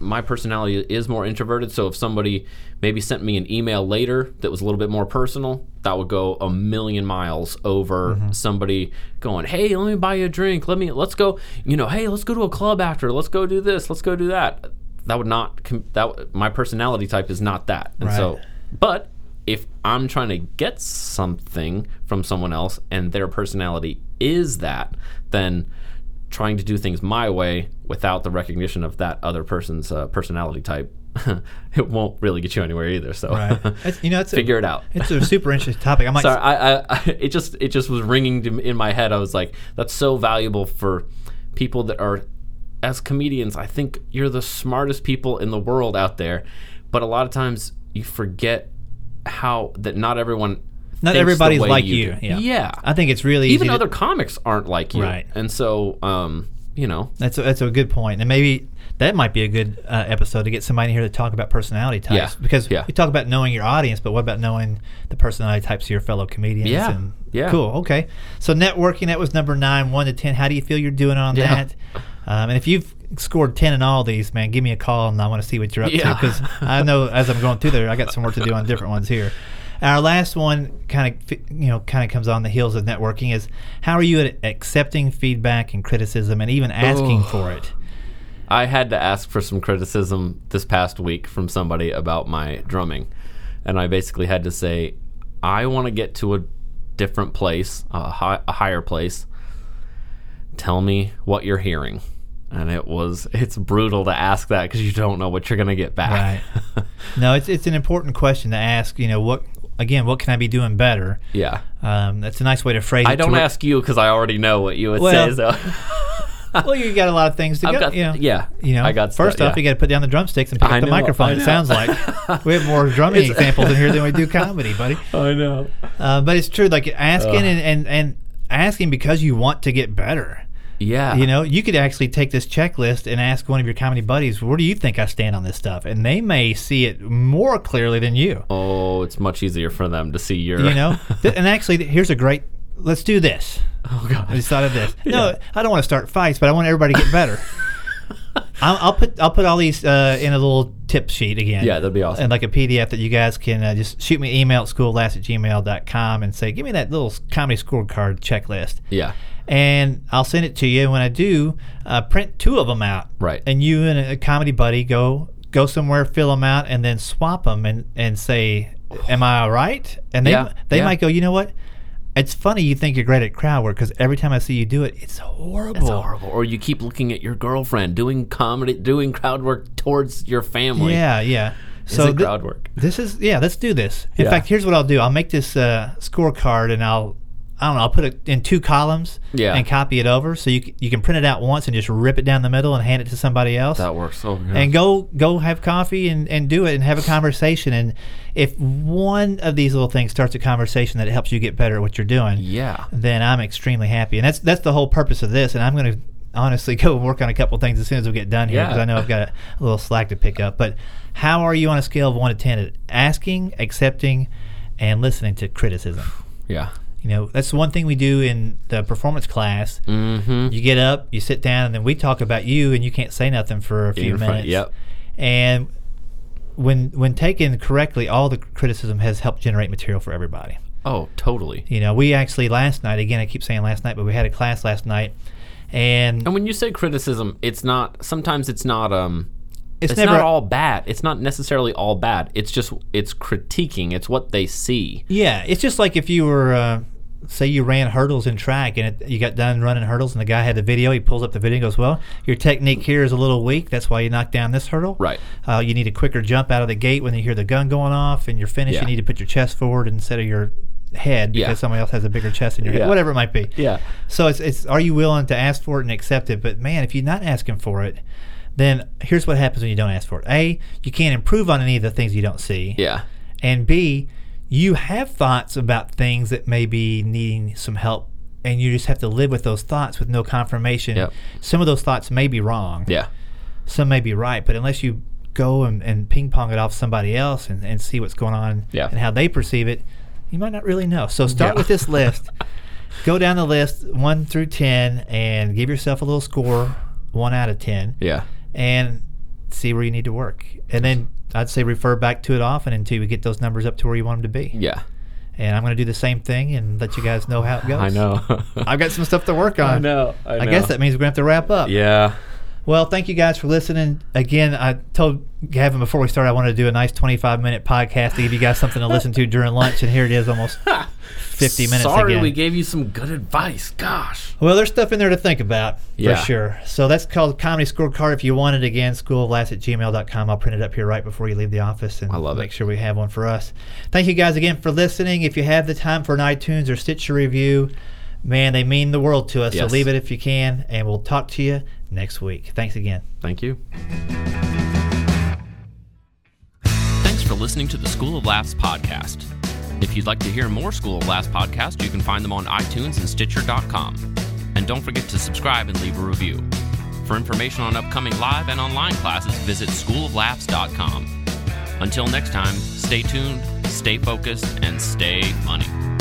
B: my personality is more introverted, so if somebody maybe sent me an email later that was a little bit more personal, that would go a million miles over somebody going, "Hey, let me buy you a drink. Let me let's go, you know, hey, let's go to a club after. Let's go do this. Let's go do that." That would not com- that w- my personality type is not that. And so,
A: Right.
B: but if I'm trying to get something from someone else and their personality is that, then trying to do things my way without the recognition of that other person's uh, personality type, it won't really get you anywhere either. So
A: Right. It's- you know, it's a-
B: figure it out.
A: It's a super interesting topic. I might
B: Sorry, I, I, I it just it just was ringing to- in my head. I was like, that's so valuable for people that are as comedians. I think you're the smartest people in the world out there, but a lot of times you forget how that not everyone thinks
A: Not
B: the
A: everybody's
B: way
A: like you,
B: do.
A: yeah.
B: yeah.
A: I think it's really
B: Even
A: easy to-
B: other comics aren't like you,
A: Right.
B: And so, um, you know,
A: That's a, that's a good point, and maybe that might be a good uh, episode to get somebody here to talk about personality types.
B: Yeah,
A: Because
B: yeah.
A: we talk about knowing your audience, but what about knowing the personality types of your fellow comedians?
B: Yeah,
A: and-
B: yeah.
A: Cool. Okay. So networking that was number nine, one to ten. How do you feel you're doing on
B: Yeah.
A: that? Um, and if you've scored ten in all these, man, give me a call, and I want to see what you're up
B: Yeah.
A: to because I know as I'm going through there, I got some work to do on different ones here. Our last one kind of you know kind of comes on the heels of networking is how are you at accepting feedback and criticism and even asking
B: Oh.
A: for it?
B: I had to ask for some criticism this past week from somebody about my drumming. And I basically had to say, I want to get to a different place, a, hi- a higher place. Tell me what you're hearing. And it was, it's brutal to ask that because you don't know what you're going to get back. Right.
A: No, it's it's an important question to ask. You know what? Again, what can I be doing better?
B: yeah.
A: Um, that's a nice way to phrase.
B: I
A: it to
B: don't
A: where-
B: ask you because I already know what you would
A: Well,
B: say. So.
A: Well, you got a lot of things to
B: I've
A: go.
B: got-
A: you know,
B: yeah,
A: You know,
B: I got
A: first
B: stuff,
A: off,
B: yeah.
A: you got to put down the drumsticks and pick
B: I
A: up the
B: know,
A: microphone.
B: I
A: It
B: know.
A: sounds like we have more drumming examples in here than we do comedy, buddy.
B: I know.
A: Uh, but it's true. Like asking and, and and asking because you want to get better.
B: Yeah.
A: You know, you could actually take this checklist and ask one of your comedy buddies, "Where do you think I stand on this stuff?" And they may see it more clearly than you.
B: Oh, it's much easier for them to see your.
A: You know, Th- and actually, th- here's a great. Let's do this.
B: oh, God.
A: I just thought of this. No, I don't want to start fights, but I want everybody to get better. I'll, I'll put I'll put all these uh, in a little tip sheet again.
B: Yeah, that'd be awesome.
A: And like a PDF that you guys can uh, just shoot me an email at schoollast at gmail.com and say, give me that little s- comedy scorecard checklist.
B: Yeah.
A: And I'll send it to you. And when I do, uh, print two of them out.
B: Right.
A: And you and a comedy buddy go go somewhere, fill them out, and then swap them and, and say, am I all right? And they,
B: Yeah,
A: they
B: yeah.
A: might go, you know what? It's funny you think you're great at crowd work because every time I see you do it, it's horrible.
B: It's horrible. Or you keep looking at your girlfriend doing comedy, doing crowd work towards your family.
A: Yeah, yeah.
B: Is
A: so
B: it
A: thi-
B: crowd work?
A: This is yeah. Let's do this. In
B: Yeah.
A: fact, here's what I'll do. I'll make this uh, scorecard, and I'll I don't know. I'll put it in two columns.
B: Yeah.
A: And copy it over, so you c- you can print it out once and just rip it down the middle and hand it to somebody else.
B: That works so good.
A: and go go have coffee and, and do it and have a conversation and if one of these little things starts a conversation that helps you get better at what you're doing
B: yeah.
A: then I'm extremely happy. And that's that's the whole purpose of this. And I'm going to honestly go work on a couple things as soon as we get done here
B: Yeah.
A: because I know I've got a, a little slack to pick up. But how are you on a scale of one to ten? At asking, accepting, and listening to criticism.
B: Yeah.
A: You know, that's the one thing we do in the performance class.
B: Mm-hmm.
A: You get up, you sit down, and then we talk about you, and you can't say nothing for a few
B: In front-
A: minutes.
B: yep.
A: And when when taken correctly, all the criticism has helped generate material for everybody.
B: Oh, totally.
A: You know, we actually last night, again, I keep saying last night, but we had a class last night. And
B: And when you say criticism, it's not. Sometimes it's not. Um.
A: it's,
B: It's,
A: never
B: not all bad. It's not necessarily all bad. It's just it's critiquing. It's what they see.
A: Yeah, it's just like if you were, uh, say, you ran hurdles in track and it, you got done running hurdles, and the guy had the video. He pulls up the video and goes, "Well, your technique here is a little weak. That's why you knocked down this hurdle.
B: Right.
A: Uh, you need a quicker jump out of the gate when you hear the gun going off, and you're finished.
B: Yeah.
A: You need to put your chest forward instead of your head because
B: Yeah.
A: somebody else has a bigger chest than your
B: Yeah.
A: head. Whatever it might be.
B: Yeah.
A: So it's, it's are you willing to ask for it and accept it? But man, if you're not asking for it, then here's what happens when you don't ask for it. A, you can't improve on any of the things you don't see.
B: Yeah.
A: And B, you have thoughts about things that may be needing some help and you just have to live with those thoughts with no confirmation.
B: Yep.
A: Some of those thoughts may be wrong.
B: Yeah.
A: Some may be right, but unless you go and, and ping pong it off somebody else and, and see what's going on
B: Yeah.
A: and how they perceive it, you might not really know. So start
B: Yeah.
A: with this list. go down the list one through ten and give yourself a little score, one out of ten
B: Yeah.
A: and see where you need to work, and then I'd say refer back to it often until you get those numbers up to where you want them to be.
C: Yeah.
A: And I'm going to do the same thing and let you guys know how it goes.
C: I know.
A: I've got some stuff to work on.
C: I know. I,
A: I guess that means we're going to have to wrap up.
C: Yeah.
A: Well, thank you guys for listening. Again, I told Gavin before we started I wanted to do a nice 25 minute podcast to give you guys something to listen to during lunch, and here it is almost 50 minutes
C: Sorry,
A: again.
C: we gave you some good advice. Gosh.
A: Well, there's stuff in there to think about for
C: Yeah.
A: sure. So that's called Comedy Scorecard. If you want it again, schooloflast at gmail.com. I'll print it up here right before you leave the office and
C: I love
A: make
C: it.
A: sure we have one for us. Thank you guys again for listening. If you have the time for an iTunes or Stitcher review, man, they mean the world to us.
C: Yes.
A: So leave it if you can, and we'll talk to you next week. Thanks again.
C: Thank you.
B: Thanks for listening to the School of Laughs podcast. If you'd like to hear more School of Laughs podcasts, you can find them on iTunes and Stitcher.com. And don't forget to subscribe and leave a review. For information on upcoming live and online classes, visit schooloflaughs.com. Until next time, stay tuned, stay focused, and stay funny.